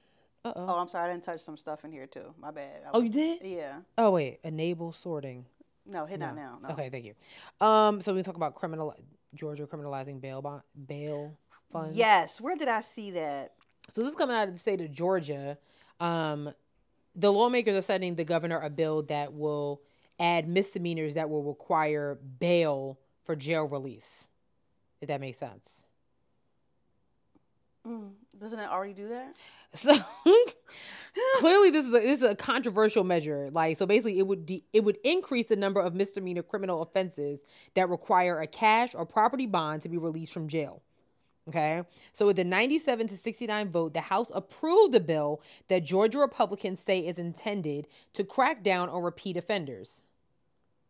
Speaker 1: Oh, I'm sorry, I didn't touch some stuff in here too. My bad. I
Speaker 2: Oh, you
Speaker 1: was-
Speaker 2: did?
Speaker 1: Yeah.
Speaker 2: Oh wait, enable sorting.
Speaker 1: No, hit not now. No.
Speaker 2: Okay, thank you. Um, so we talk about criminal Georgia criminalizing bail bond, bail funds.
Speaker 1: Yes. Where did I see that?
Speaker 2: So this is coming out of the state of Georgia. Um, the lawmakers are sending the governor a bill that will add misdemeanors that will require bail for jail release. If that makes sense.
Speaker 1: Mm, doesn't it already do that?
Speaker 2: So <laughs> clearly, this is a, this is a controversial measure. Like, so basically, it would de- it would increase the number of misdemeanor criminal offenses that require a cash or property bond to be released from jail. Okay, so with the 97 to 69 vote, the House approved the bill that Georgia Republicans say is intended to crack down on repeat offenders.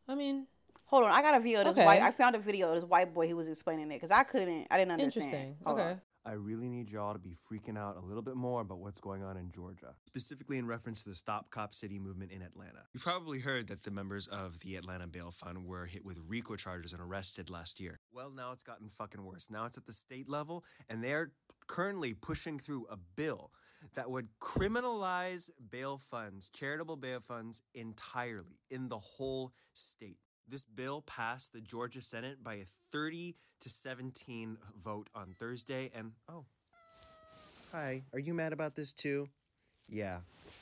Speaker 2: I mean,
Speaker 1: Hold on, I got a video. of This
Speaker 2: Okay.
Speaker 1: white, I found a video. of This white boy who was explaining it because I couldn't, I didn't understand.
Speaker 2: interesting.
Speaker 1: Hold on.
Speaker 2: Okay.
Speaker 5: I really need y'all to be freaking out a little bit more about what's going on in Georgia, specifically in reference to the Stop Cop City movement in Atlanta.
Speaker 6: You probably heard that the members of the Atlanta Bail Fund were hit with RICO charges and arrested last year.
Speaker 5: Well, now it's gotten fucking worse. Now it's at the state level, and they're currently pushing through a bill that would criminalize bail funds, charitable bail funds, entirely in the whole state. This bill passed the Georgia Senate by a 30 to 17 vote on Thursday, and oh,
Speaker 6: Hi, are you mad about this too?
Speaker 5: Yeah.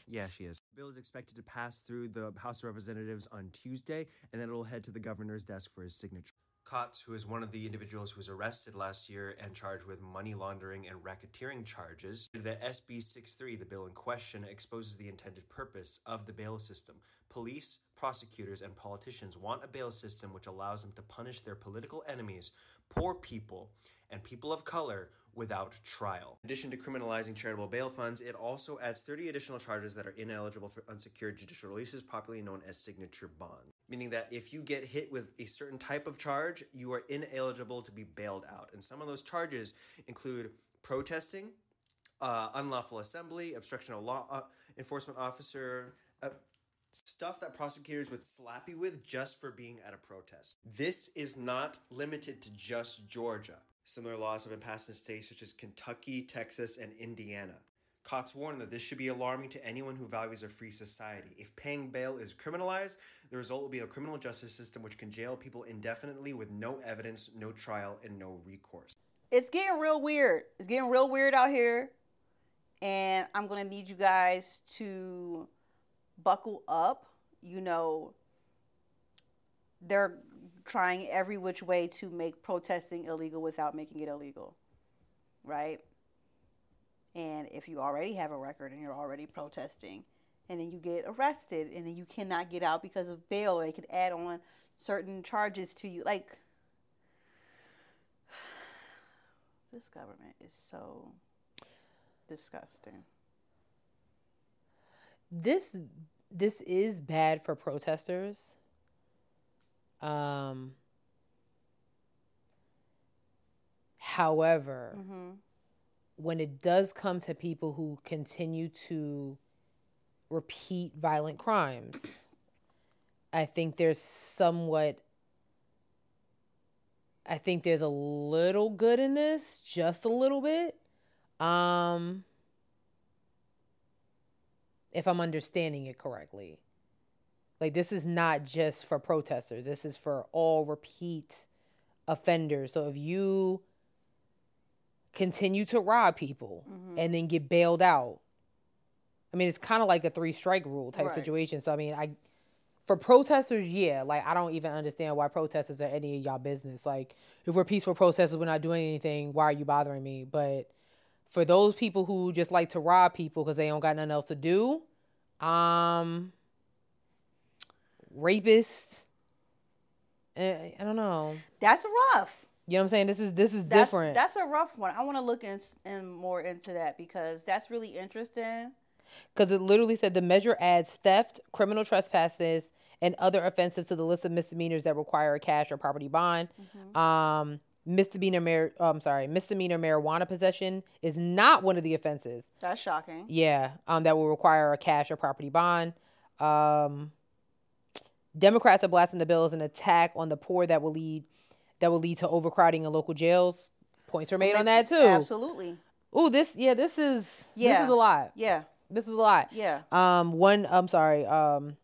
Speaker 5: Yeah, she is. Bill is expected to pass through the House of Representatives on Tuesday, and then it'll head to the governor's desk for his signature. Kotz, who is one of the individuals who was arrested last year and charged with money laundering and racketeering charges, stated that SB 63, the bill in question, exposes the intended purpose of the bail system. Police, prosecutors, and politicians want a bail system which allows them to punish their political enemies, poor people, and people of color without trial. In addition to criminalizing charitable bail funds, it also adds 30 additional charges that are ineligible for unsecured judicial releases, popularly known as signature bonds. Meaning that if you get hit with a certain type of charge, you are ineligible to be bailed out. And some of those charges include protesting, uh, unlawful assembly, obstruction of law uh, enforcement officer, uh, Stuff that prosecutors would slap you with just for being at a protest. This is not limited to just Georgia. Similar laws have been passed in states such as Kentucky, Texas, and Indiana. Cots warned that this should be alarming to anyone who values a free society. If paying bail is criminalized, the result will be a criminal justice system which can jail people indefinitely with no evidence, no trial, and no recourse.
Speaker 1: It's getting real weird. It's getting real weird out here. And I'm going to need you guys to buckle up. You know, they're trying every which way to make protesting illegal without making it illegal. Right? And if you already have a record and you're already protesting, and then you get arrested, and then you cannot get out because of bail, they could add on certain charges to you. Like, this government is so disgusting.
Speaker 2: this this is bad for protesters um however
Speaker 1: Mm-hmm.
Speaker 2: when it does come to people who continue to repeat violent crimes i think there's somewhat i think there's a little good in this just a little bit um if I'm understanding it correctly. Like this is not just for protesters. This is for all repeat offenders. So if you continue to rob people and then get bailed out, I mean it's kind of like a three strike rule type
Speaker 1: Right.
Speaker 2: situation. So I mean I for protesters, yeah, like I don't even understand why protesters are any of y'all business. Like if we're peaceful protesters, we're not doing anything. Why are you bothering me? But for those people who just like to rob people because they don't got nothing else to do, um, rapists. eh, I don't know.
Speaker 1: That's rough.
Speaker 2: You know what I'm saying? This is this is
Speaker 1: That's,
Speaker 2: different.
Speaker 1: That's a rough one. I want to look in, in more into that because that's really interesting.
Speaker 2: because it literally said the measure adds theft, criminal trespasses, and other offenses to the list of misdemeanors that require a cash or property bond. Um, misdemeanor, mar- oh, I'm sorry, misdemeanor marijuana possession is not one of the offenses.
Speaker 1: That's shocking.
Speaker 2: Yeah, um, that will require a cash or property bond. Um, Democrats are blasting the bill as an attack on the poor that will lead that will lead to overcrowding in local jails. Points were made on that too.
Speaker 1: Absolutely.
Speaker 2: Ooh, this yeah, this is this
Speaker 1: Yeah.
Speaker 2: is a lot.
Speaker 1: Yeah.
Speaker 2: This is a lot.
Speaker 1: Yeah.
Speaker 2: Um, one, I'm sorry, um,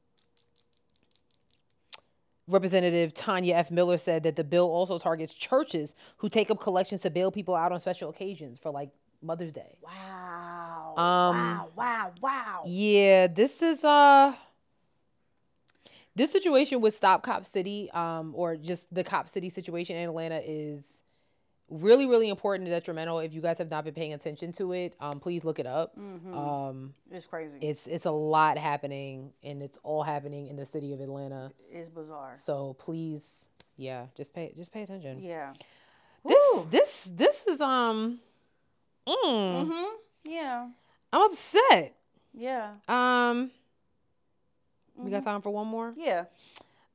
Speaker 2: Representative Tanya F. Miller said that the bill also targets churches who take up collections to bail people out on special occasions for like Mother's Day.
Speaker 1: Wow.
Speaker 2: Um,
Speaker 1: wow. Wow. Wow.
Speaker 2: Yeah, this is uh this situation with Stop Cop City, um, or just the Cop City situation in Atlanta is really, really important and detrimental. If you guys have not been paying attention to it, um, please look it up.
Speaker 1: Mm.
Speaker 2: Um,
Speaker 1: It's crazy.
Speaker 2: it's it's a lot happening, and it's all happening in the city of Atlanta.
Speaker 1: it's bizarre.
Speaker 2: So please, yeah, just pay just pay attention.
Speaker 1: Yeah.
Speaker 2: This this this is um, mm,
Speaker 1: Mm-hmm. Yeah.
Speaker 2: I'm upset.
Speaker 1: Yeah.
Speaker 2: Um, we
Speaker 1: Mm-hmm.
Speaker 2: got time for one more.
Speaker 1: Yeah.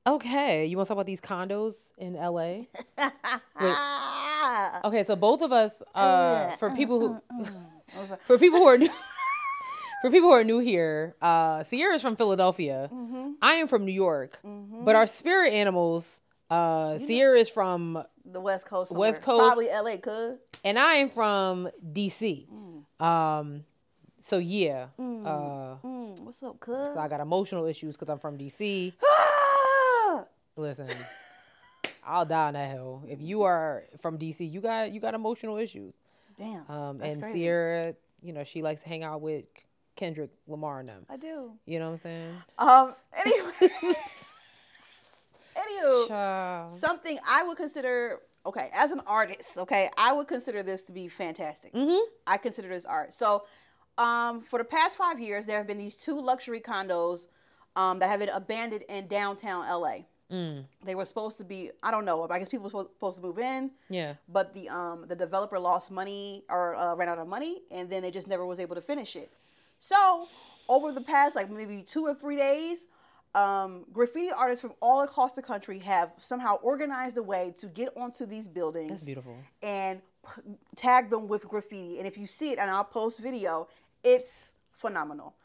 Speaker 2: Okay, you want to talk about these condos in LA?
Speaker 1: Ah.
Speaker 2: Okay, so both of us, uh, for people who, for people who are, new- <laughs> for people who are new here, uh, Sierra's from Philadelphia. I am from New York, but our spirit animals, uh, Sierra is from,
Speaker 1: The West Coast.
Speaker 2: West
Speaker 1: somewhere.
Speaker 2: Coast.
Speaker 1: Probably LA could.
Speaker 2: and I am from DC. Um, so yeah, uh,
Speaker 1: Mm, what's up, could?
Speaker 2: I got emotional issues because I'm from <gasps> DC.
Speaker 1: Ah!
Speaker 2: Listen, I'll die on that hill. If you are from DC, you got you got emotional issues.
Speaker 1: Damn.
Speaker 2: Um,
Speaker 1: that's
Speaker 2: and
Speaker 1: crazy.
Speaker 2: Sierra, you know, she likes to hang out with K- Kendrick Lamar and them.
Speaker 1: I do.
Speaker 2: You know what I'm saying?
Speaker 1: Um. <laughs>
Speaker 2: <laughs>
Speaker 1: Anyway. Anywho.
Speaker 2: Child.
Speaker 1: something I would consider okay as an artist. Okay, I would consider this to be fantastic. I consider this art. So, um, for the past five years, there have been these two luxury condos um, that have been abandoned in downtown LA. They were supposed to be I don't know. I guess people were supposed- supposed to move in
Speaker 2: Yeah.
Speaker 1: but the um the developer lost money or uh, ran out of money and then they just never was able to finish it so over the past like maybe two or three days um, graffiti artists from all across the country have somehow organized a way to get onto these buildings
Speaker 2: That's beautiful.
Speaker 1: and p- tag them with graffiti and if you see it and i'll post video it's phenomenal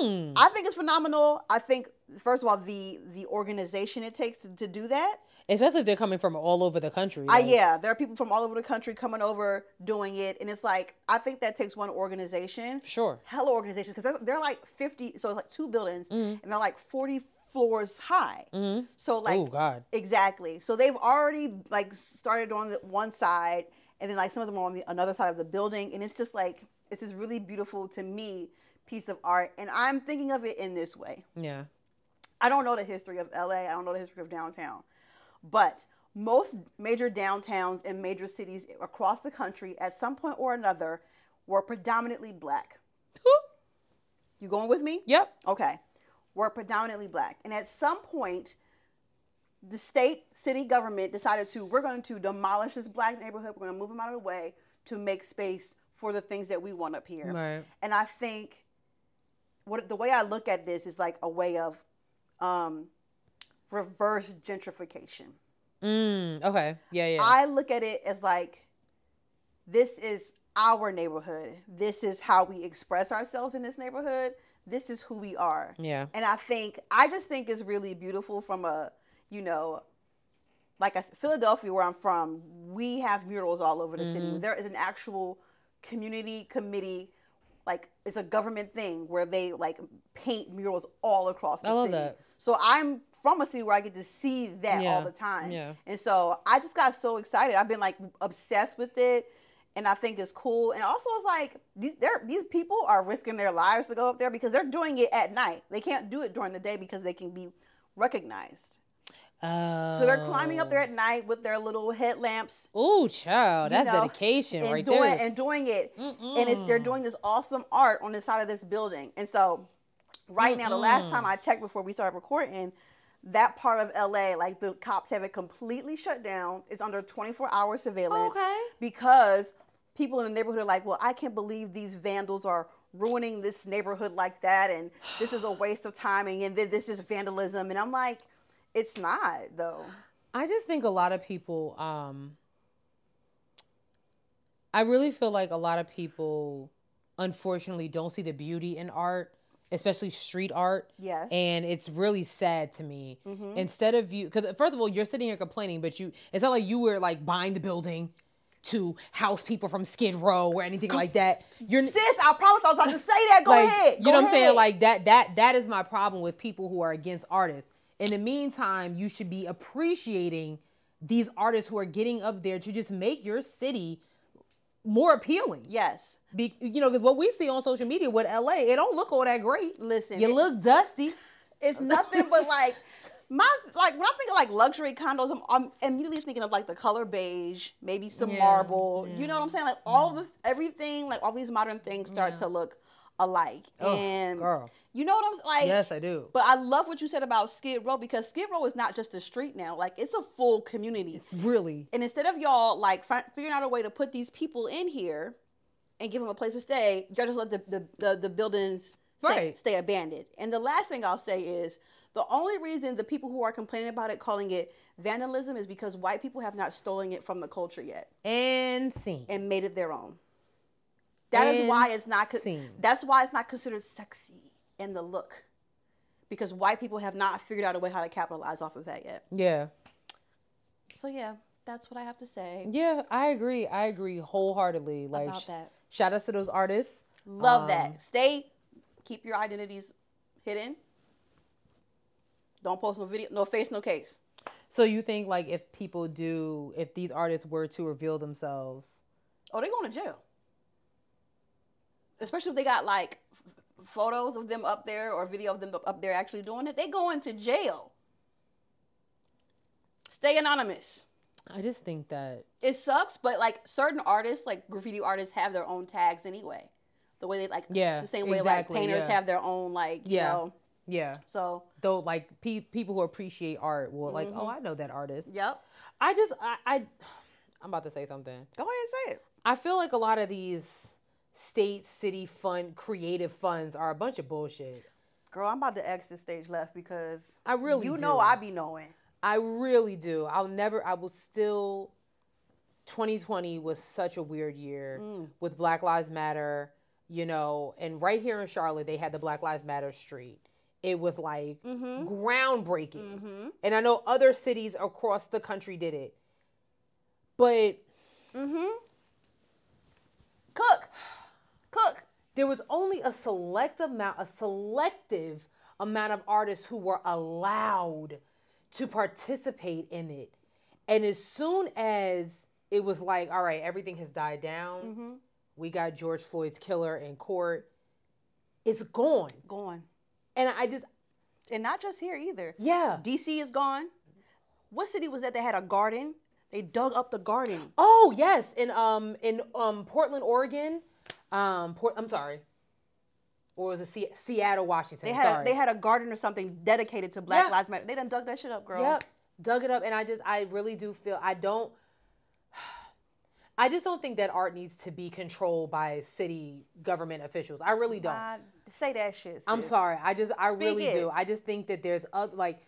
Speaker 1: I think it's phenomenal. I think first of all the the organization it takes to, to do that.
Speaker 2: Especially if they're coming from all over the country.
Speaker 1: I
Speaker 2: like,
Speaker 1: yeah, there are people from all over the country coming over doing it, and it's like I think that takes one organization.
Speaker 2: Sure.
Speaker 1: hella organizations because they're, they're like 50 so it's like two buildings
Speaker 2: Mm-hmm.
Speaker 1: and they're like 40 floors high so like
Speaker 2: Oh, God.
Speaker 1: exactly so they've already like started on the one side and then like some of them are on the another side of the building and it's just like it's this really beautiful to me piece of art and i'm thinking of it in this way
Speaker 2: Yeah.
Speaker 1: I don't know the history of LA. I don't know the history of downtown. But most major downtowns and major cities across the country at some point or another were predominantly black. You going with me?
Speaker 2: Yep.
Speaker 1: Okay. Were predominantly black. And at some point, the state, city government decided to, we're going to demolish this black neighborhood. We're going to move them out of the way to make space for the things that we want up here.
Speaker 2: Right.
Speaker 1: And I think what the way I look at this is like a way of um, reverse gentrification.
Speaker 2: Mm, okay. Yeah, yeah.
Speaker 1: I look at it as like this is our neighborhood. This is how we express ourselves in this neighborhood. This is who we are.
Speaker 2: yeah.
Speaker 1: And I think I just think it's really beautiful from a you know like I, s- Philadelphia where I'm from, we have murals all over the
Speaker 2: Mm-hmm.
Speaker 1: city. There is an actual community committee like it's a government thing where they like paint murals all across the
Speaker 2: I love
Speaker 1: city.
Speaker 2: that.
Speaker 1: So I'm from a city where I get to see that all
Speaker 2: Yeah,
Speaker 1: the time.
Speaker 2: yeah.
Speaker 1: And so I just got so excited. I've been like obsessed with it. And I think it's cool. And also it's like these they're, these people are risking their lives to go up there because they're doing it at night. They can't do it during the day because they can be recognized.
Speaker 2: Uh,
Speaker 1: So they're climbing
Speaker 2: Oh.
Speaker 1: up there at night with their little headlamps
Speaker 2: Ooh, child.
Speaker 1: you
Speaker 2: That's
Speaker 1: know,
Speaker 2: dedication
Speaker 1: and
Speaker 2: right
Speaker 1: doing,
Speaker 2: there.
Speaker 1: And doing it, and it's they're doing this awesome art on the side of this building. And so, right now, the last time I checked before we started recording, that part of LA, like the cops have it completely shut down. It's under 24 hour surveillance
Speaker 2: Okay.
Speaker 1: because people in the neighborhood are like, well, I can't believe these vandals are ruining this neighborhood like that, and this
Speaker 2: <sighs>
Speaker 1: is a waste of time, and, and then this is vandalism. And I'm like, it's not though.
Speaker 2: I just think a lot of people, um, I really feel like a lot of people, unfortunately, don't see the beauty in art, especially street art.
Speaker 1: Yes.
Speaker 2: And it's really sad to me. Instead of you, because first of all, you're sitting here complaining, but you, it's not like you were like buying the building to house people from Skid Row or anything like that. You're
Speaker 1: Sis, I promise I was about to say that. Go
Speaker 2: like,
Speaker 1: ahead.
Speaker 2: You
Speaker 1: Go
Speaker 2: know what I'm
Speaker 1: ahead.
Speaker 2: saying? Like that that that is my problem with people who are against artists. In the meantime, you should be appreciating these artists who are getting up there to just make your city more appealing.
Speaker 1: yes.
Speaker 2: Be, you know, because what we see on social media with LA, it don't look all that great.
Speaker 1: Listen,
Speaker 2: you
Speaker 1: it-
Speaker 2: look dusty. <laughs>
Speaker 1: It's nothing but like my like when I think of like luxury condos, I'm, I'm immediately thinking of like the color beige, maybe some marble. You know what I'm saying? Like
Speaker 2: Mm.
Speaker 1: all the everything, like all these modern things start to look alike. and
Speaker 2: Oh, girl.
Speaker 1: you know what I'm s- like?
Speaker 2: Yes, I do.
Speaker 1: But I love what you said about Skid Row because Skid Row is not just a street now. Like it's a full community.
Speaker 2: Really.
Speaker 1: And instead of y'all like fi- figuring out a way to put these people in here and give them a place to stay, y'all just let the the, the, the buildings stay,
Speaker 2: Right.
Speaker 1: stay abandoned. And the last thing I'll say is the only reason the people who are complaining about it calling it vandalism is because white people have not stolen it from the culture yet
Speaker 2: And scene.
Speaker 1: and made it their own. That is why it's not. Co-
Speaker 2: Insane.
Speaker 1: that's why it's not considered sexy in the look, because white people have not figured out a way how to capitalize off of that yet.
Speaker 2: yeah.
Speaker 1: So yeah, that's what I have to say.
Speaker 2: Yeah, I agree. I agree wholeheartedly. Like
Speaker 1: About
Speaker 2: sh-
Speaker 1: that.
Speaker 2: shout out to those artists.
Speaker 1: Love
Speaker 2: Um,
Speaker 1: that. Stay, keep your identities hidden. Don't post no video, no face, no case.
Speaker 2: So you think like if people do, if these artists were to reveal themselves,
Speaker 1: Oh, they going to jail. Especially if they got like f- photos of them up there or video of them up- up there actually doing it, they going to jail. Stay anonymous.
Speaker 2: I just think that
Speaker 1: It sucks, but like certain artists, like graffiti artists, have their own tags anyway. The way they like,
Speaker 2: Yeah,
Speaker 1: the same way
Speaker 2: exactly,
Speaker 1: like painters
Speaker 2: yeah.
Speaker 1: have their own like, you
Speaker 2: Yeah.
Speaker 1: know.
Speaker 2: yeah,
Speaker 1: So,
Speaker 2: though like pe- people who appreciate art will like, oh, I know that artist.
Speaker 1: yep.
Speaker 2: I just I, I I'm about to say something.
Speaker 1: Go ahead and say it.
Speaker 2: I feel like a lot of these state city fund creative funds are a bunch of bullshit.
Speaker 1: Girl, I'm about to exit stage left because
Speaker 2: I really
Speaker 1: you
Speaker 2: do.
Speaker 1: know I be knowing.
Speaker 2: I really do. I'll never, I will still. 2020 was such a weird year with Black Lives Matter you know, and right here in Charlotte, they had the Black Lives Matter street. It was like groundbreaking. And I know other cities across the country did it. But
Speaker 1: Cook, cook.
Speaker 2: there was only a select amount, a selective amount of artists who were allowed to participate in it. And as soon as it was like, all right, everything has died down,
Speaker 1: Mm-hmm.
Speaker 2: we got George Floyd's killer in court, it's gone.
Speaker 1: Gone,
Speaker 2: And I just,
Speaker 1: and not just here either.
Speaker 2: yeah.
Speaker 1: DC is gone. What city was that? They had a garden. They dug up the garden.
Speaker 2: Oh yes, in um in um Portland, Oregon, um Port. I'm sorry, or was it Se- Seattle, Washington?
Speaker 1: They had
Speaker 2: sorry.
Speaker 1: a, they had a garden or something dedicated to Black
Speaker 2: Yeah.
Speaker 1: Lives Matter. They done dug that shit up, girl.
Speaker 2: Yep. Dug it up. And I just, I really do feel, I don't, <sighs> I just don't think that art needs to be controlled by city government officials. I really don't.
Speaker 1: I- say that shit.
Speaker 2: I'm
Speaker 1: sis.
Speaker 2: sorry. I just, I really
Speaker 1: it.
Speaker 2: do. I just think that there's other, like,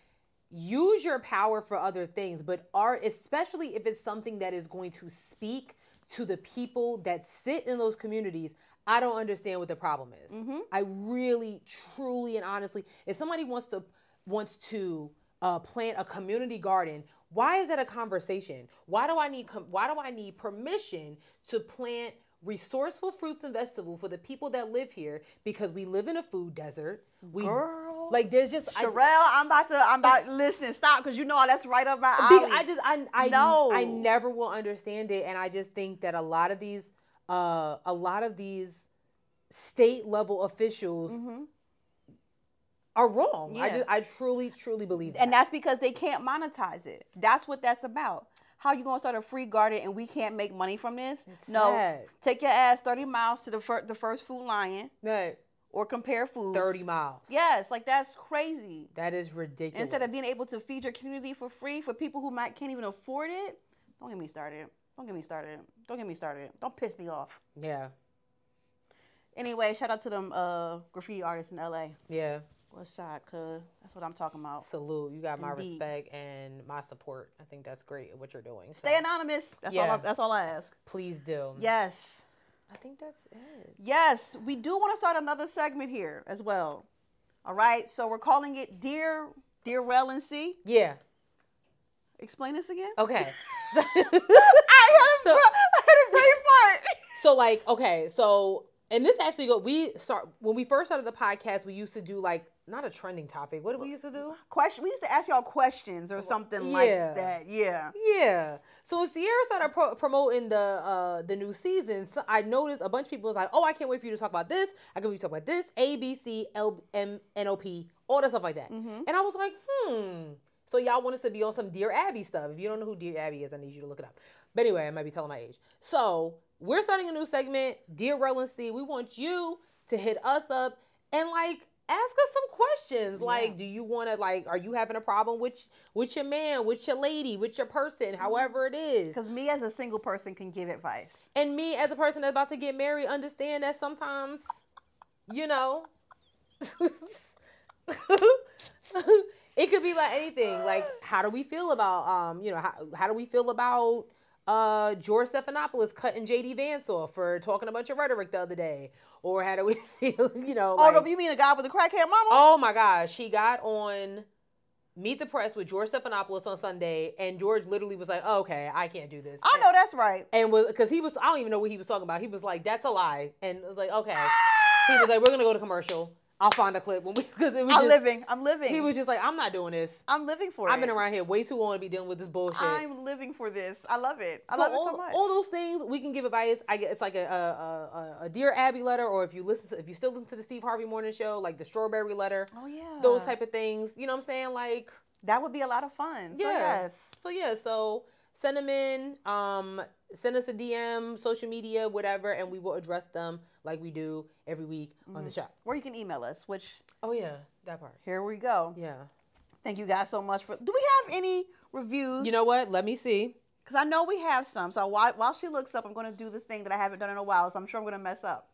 Speaker 2: use your power for other things, but art, especially if it's something that is going to speak to the people that sit in those communities. I don't understand what the problem is. I really, truly, and honestly, if somebody wants to wants to uh, plant a community garden, why is that a conversation? Why do I need com- why do I need permission to plant resourceful fruits and vegetables for the people that live here because we live in a food desert? We
Speaker 1: Girl.
Speaker 2: like there's just I-
Speaker 1: Sherelle, I'm about to. I'm about listen. Stop, because you know that's right up my alley.
Speaker 2: Big- I just I I
Speaker 1: No.
Speaker 2: I never will understand it, and I just think that a lot of these uh a lot of these state level officials are wrong. I
Speaker 1: Mm-hmm. Yeah.
Speaker 2: just I truly truly believe that.
Speaker 1: and that's because they can't monetize it. That's what that's about. How you gonna start a free garden and we can't make money from this? no,
Speaker 2: sad.
Speaker 1: take your ass thirty miles to the fir- the first food lion
Speaker 2: Right.
Speaker 1: or compare foods.
Speaker 2: thirty miles.
Speaker 1: Yes, like that's crazy.
Speaker 2: that is ridiculous.
Speaker 1: Instead of being able to feed your community for free for people who might can't even afford it, don't get me started. Don't get me started. Don't get me started. Don't piss me off.
Speaker 2: yeah
Speaker 1: Anyway, shout out to them uh, graffiti artists in LA.
Speaker 2: yeah
Speaker 1: What's side, cuz? That's what I'm talking about.
Speaker 2: salute. You got my
Speaker 1: Indeed.
Speaker 2: respect and my support. I think that's great what you're doing.
Speaker 1: Stay anonymous. That's all.
Speaker 2: Yeah.
Speaker 1: I, that's all I ask.
Speaker 2: Please do.
Speaker 1: Yes.
Speaker 2: I think that's it.
Speaker 1: Yes, we do want to start another segment here as well. All right, so we're calling it Dear Dear Rel and C.
Speaker 2: Yeah.
Speaker 1: Explain this again.
Speaker 2: Okay.
Speaker 1: I had a, I had a brain fart. <laughs>
Speaker 2: So like, okay, so and this actually go we start when we first started the podcast, we used to do like not a trending topic. What did we used to do?
Speaker 1: Question. We used to ask y'all questions or something like
Speaker 2: yeah.
Speaker 1: that. Yeah.
Speaker 2: Yeah. So when Sierra started pro- promoting the uh the new season, so I noticed a bunch of people was like, "Oh, I can't wait for you to talk about this. I can't wait for you to talk about this. A B C L M N O P, all that stuff like that." And I was like, "Hmm." So y'all want us to be on some Dear Abby stuff. If you don't know who Dear Abby is, I need you to look it up. But anyway, I might be telling my age. So we're starting a new segment, Dear Relevancy. We want you to hit us up and like ask us some questions like do you want to like are you having a problem with with your man with your lady with your person however it is
Speaker 1: Because me as a single person can give advice.
Speaker 2: and me as a person that's about to get married understand that sometimes you know <laughs> it could be about anything like how do we feel about um you know how, how do we feel about uh george stephanopoulos cutting jd vance off for talking a bunch of rhetoric the other day or how do we <laughs> feel you know
Speaker 1: Oh,
Speaker 2: like-
Speaker 1: no, you mean a guy with a crackhead mama?
Speaker 2: Oh my gosh, she got on Meet the Press with George Stephanopoulos on Sunday, and George literally was like, oh, "Okay, I can't do this."
Speaker 1: I know that's right.
Speaker 2: And was because he was, I don't even know what he was talking about. He was like, "That's a lie," and it was like, "Okay."
Speaker 1: Ah!
Speaker 2: He was like, "We're gonna go to commercial. I'll find a clip when we because it was
Speaker 1: I'm
Speaker 2: just,
Speaker 1: living. I'm living.
Speaker 2: He was just like, "I'm not doing this.
Speaker 1: I'm living for
Speaker 2: I've
Speaker 1: it.
Speaker 2: been around here way too long to be dealing with this bullshit."
Speaker 1: I'm living for this. I love it. I
Speaker 2: so
Speaker 1: love
Speaker 2: all,
Speaker 1: it so much.
Speaker 2: all those things we can give advice. I get it's like a, a, a, a dear Abby letter, or if you listen, to, if you still listen to the Steve Harvey Morning Show, like the Strawberry Letter.
Speaker 1: Oh, yeah.
Speaker 2: those type of things. You know what I'm saying? Like
Speaker 1: that would be a lot of fun. So,
Speaker 2: yeah.
Speaker 1: yes.
Speaker 2: So yeah. So send them in. Um, send us a DM, social media, whatever, and we will address them like we do every week on the show.
Speaker 1: Or you can email us, which
Speaker 2: Mm-hmm. Oh yeah, that part.
Speaker 1: here we go.
Speaker 2: Yeah.
Speaker 1: Thank you guys so much for. Do we have any reviews?
Speaker 2: You know what? Let me see.
Speaker 1: because I know we have some. So while, while she looks up, I'm going to do the thing that I haven't done in a while. So I'm sure I'm going to mess up.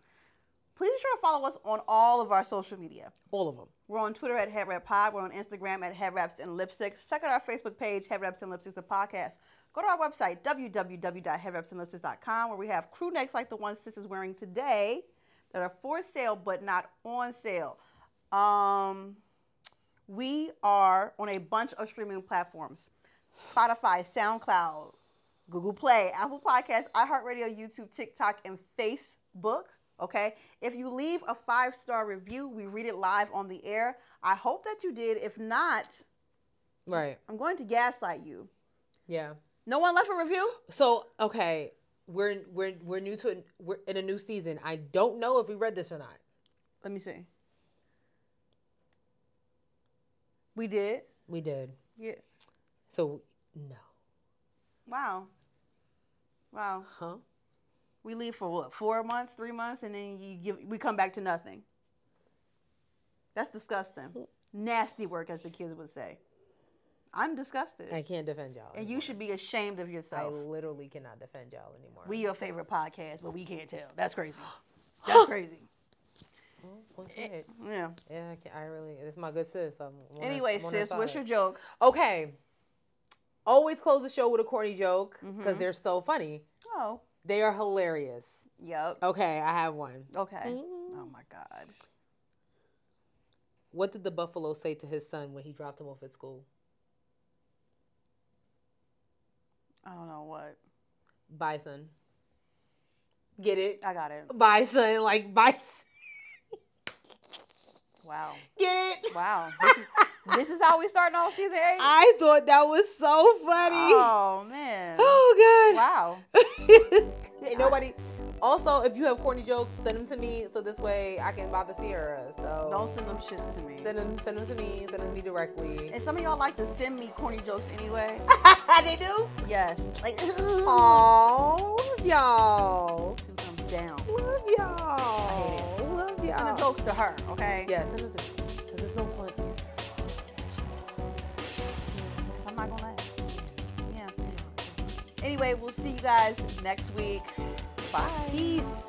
Speaker 1: Please be sure to follow us on all of our social media.
Speaker 2: All of them.
Speaker 1: We're on Twitter at Head Wrap Pod. We're on Instagram at Head Wraps and Lipsticks. Check out our Facebook page, Head Wraps and Lipsticks, the podcast. Go to our website, www.headwrapsandlipsticks.com, where we have crew necks like the ones Sis is wearing today that are for sale but not on sale. Um, we are on a bunch of streaming platforms Spotify, SoundCloud, Google Play, Apple Podcasts, iHeartRadio, YouTube, TikTok, and Facebook. Okay. If you leave a five star review, we read it live on the air. I hope that you did. If not,
Speaker 2: Right.
Speaker 1: I'm going to gaslight you.
Speaker 2: Yeah.
Speaker 1: No one left a review?
Speaker 2: So okay, we're we're we're new to we're in a new season. I don't know if we read this or not.
Speaker 1: Let me see. We did.
Speaker 2: We did.
Speaker 1: Yeah.
Speaker 2: So no.
Speaker 1: Wow. Wow.
Speaker 2: Huh?
Speaker 1: We leave for what? Four months, three months, and then you give. We come back to nothing. That's disgusting. Nasty work, as the kids would say. I'm disgusted,
Speaker 2: I can't defend y'all.
Speaker 1: and you should be ashamed of
Speaker 2: I
Speaker 1: yourself.
Speaker 2: literally cannot defend y'all anymore.
Speaker 1: We your favorite podcast, but we can't tell. That's
Speaker 2: <gasps>
Speaker 1: crazy. That's crazy.
Speaker 2: Well, go ahead.
Speaker 1: Yeah.
Speaker 2: Eh. Yeah, I, can't, I really. This is my good sis. I'm on her-
Speaker 1: Anyway,
Speaker 2: I'm on her
Speaker 1: sis, what's
Speaker 2: side.
Speaker 1: your joke?
Speaker 2: Okay. Always close the show with a corny joke
Speaker 1: Mm-hmm.
Speaker 2: because they're so funny.
Speaker 1: Oh,
Speaker 2: They are hilarious.
Speaker 1: yep.
Speaker 2: Okay, I have one.
Speaker 1: Okay.
Speaker 2: Mm.
Speaker 1: Oh my God.
Speaker 2: What did the buffalo say to his son when he dropped him off at school?
Speaker 1: I don't know what.
Speaker 2: Bye, son. Get it?
Speaker 1: I got it.
Speaker 2: Bye, son. Like bye. son.
Speaker 1: Wow.
Speaker 2: Get <laughs> it?
Speaker 1: Wow. This is, this is how we starting off season
Speaker 2: <laughs>
Speaker 1: eight.
Speaker 2: I thought that was so funny. Oh,
Speaker 1: oh
Speaker 2: <gasps>
Speaker 1: man.
Speaker 2: god.
Speaker 1: Wow.
Speaker 2: <laughs> Ain't nobody. Also, if you have corny jokes, send them to me so this way I can bother Sierra. So
Speaker 1: Don't send them shits to me.
Speaker 2: send them, send them to me, send them to me directly.
Speaker 1: And some of y'all like to send me corny jokes anyway.
Speaker 2: <laughs>
Speaker 1: <laughs>
Speaker 2: they do.
Speaker 1: yes. Like
Speaker 2: Oh,
Speaker 1: <laughs>
Speaker 2: y'all.
Speaker 1: two thumbs down.
Speaker 2: Love y'all. Love
Speaker 1: Send the
Speaker 2: y'all.
Speaker 1: jokes to her, okay?
Speaker 2: Yeah, send them to me. Cause it's no fun.
Speaker 1: I'm not gonna laugh. Yeah. Anyway, we'll see you guys next week. Bye.
Speaker 2: Peace.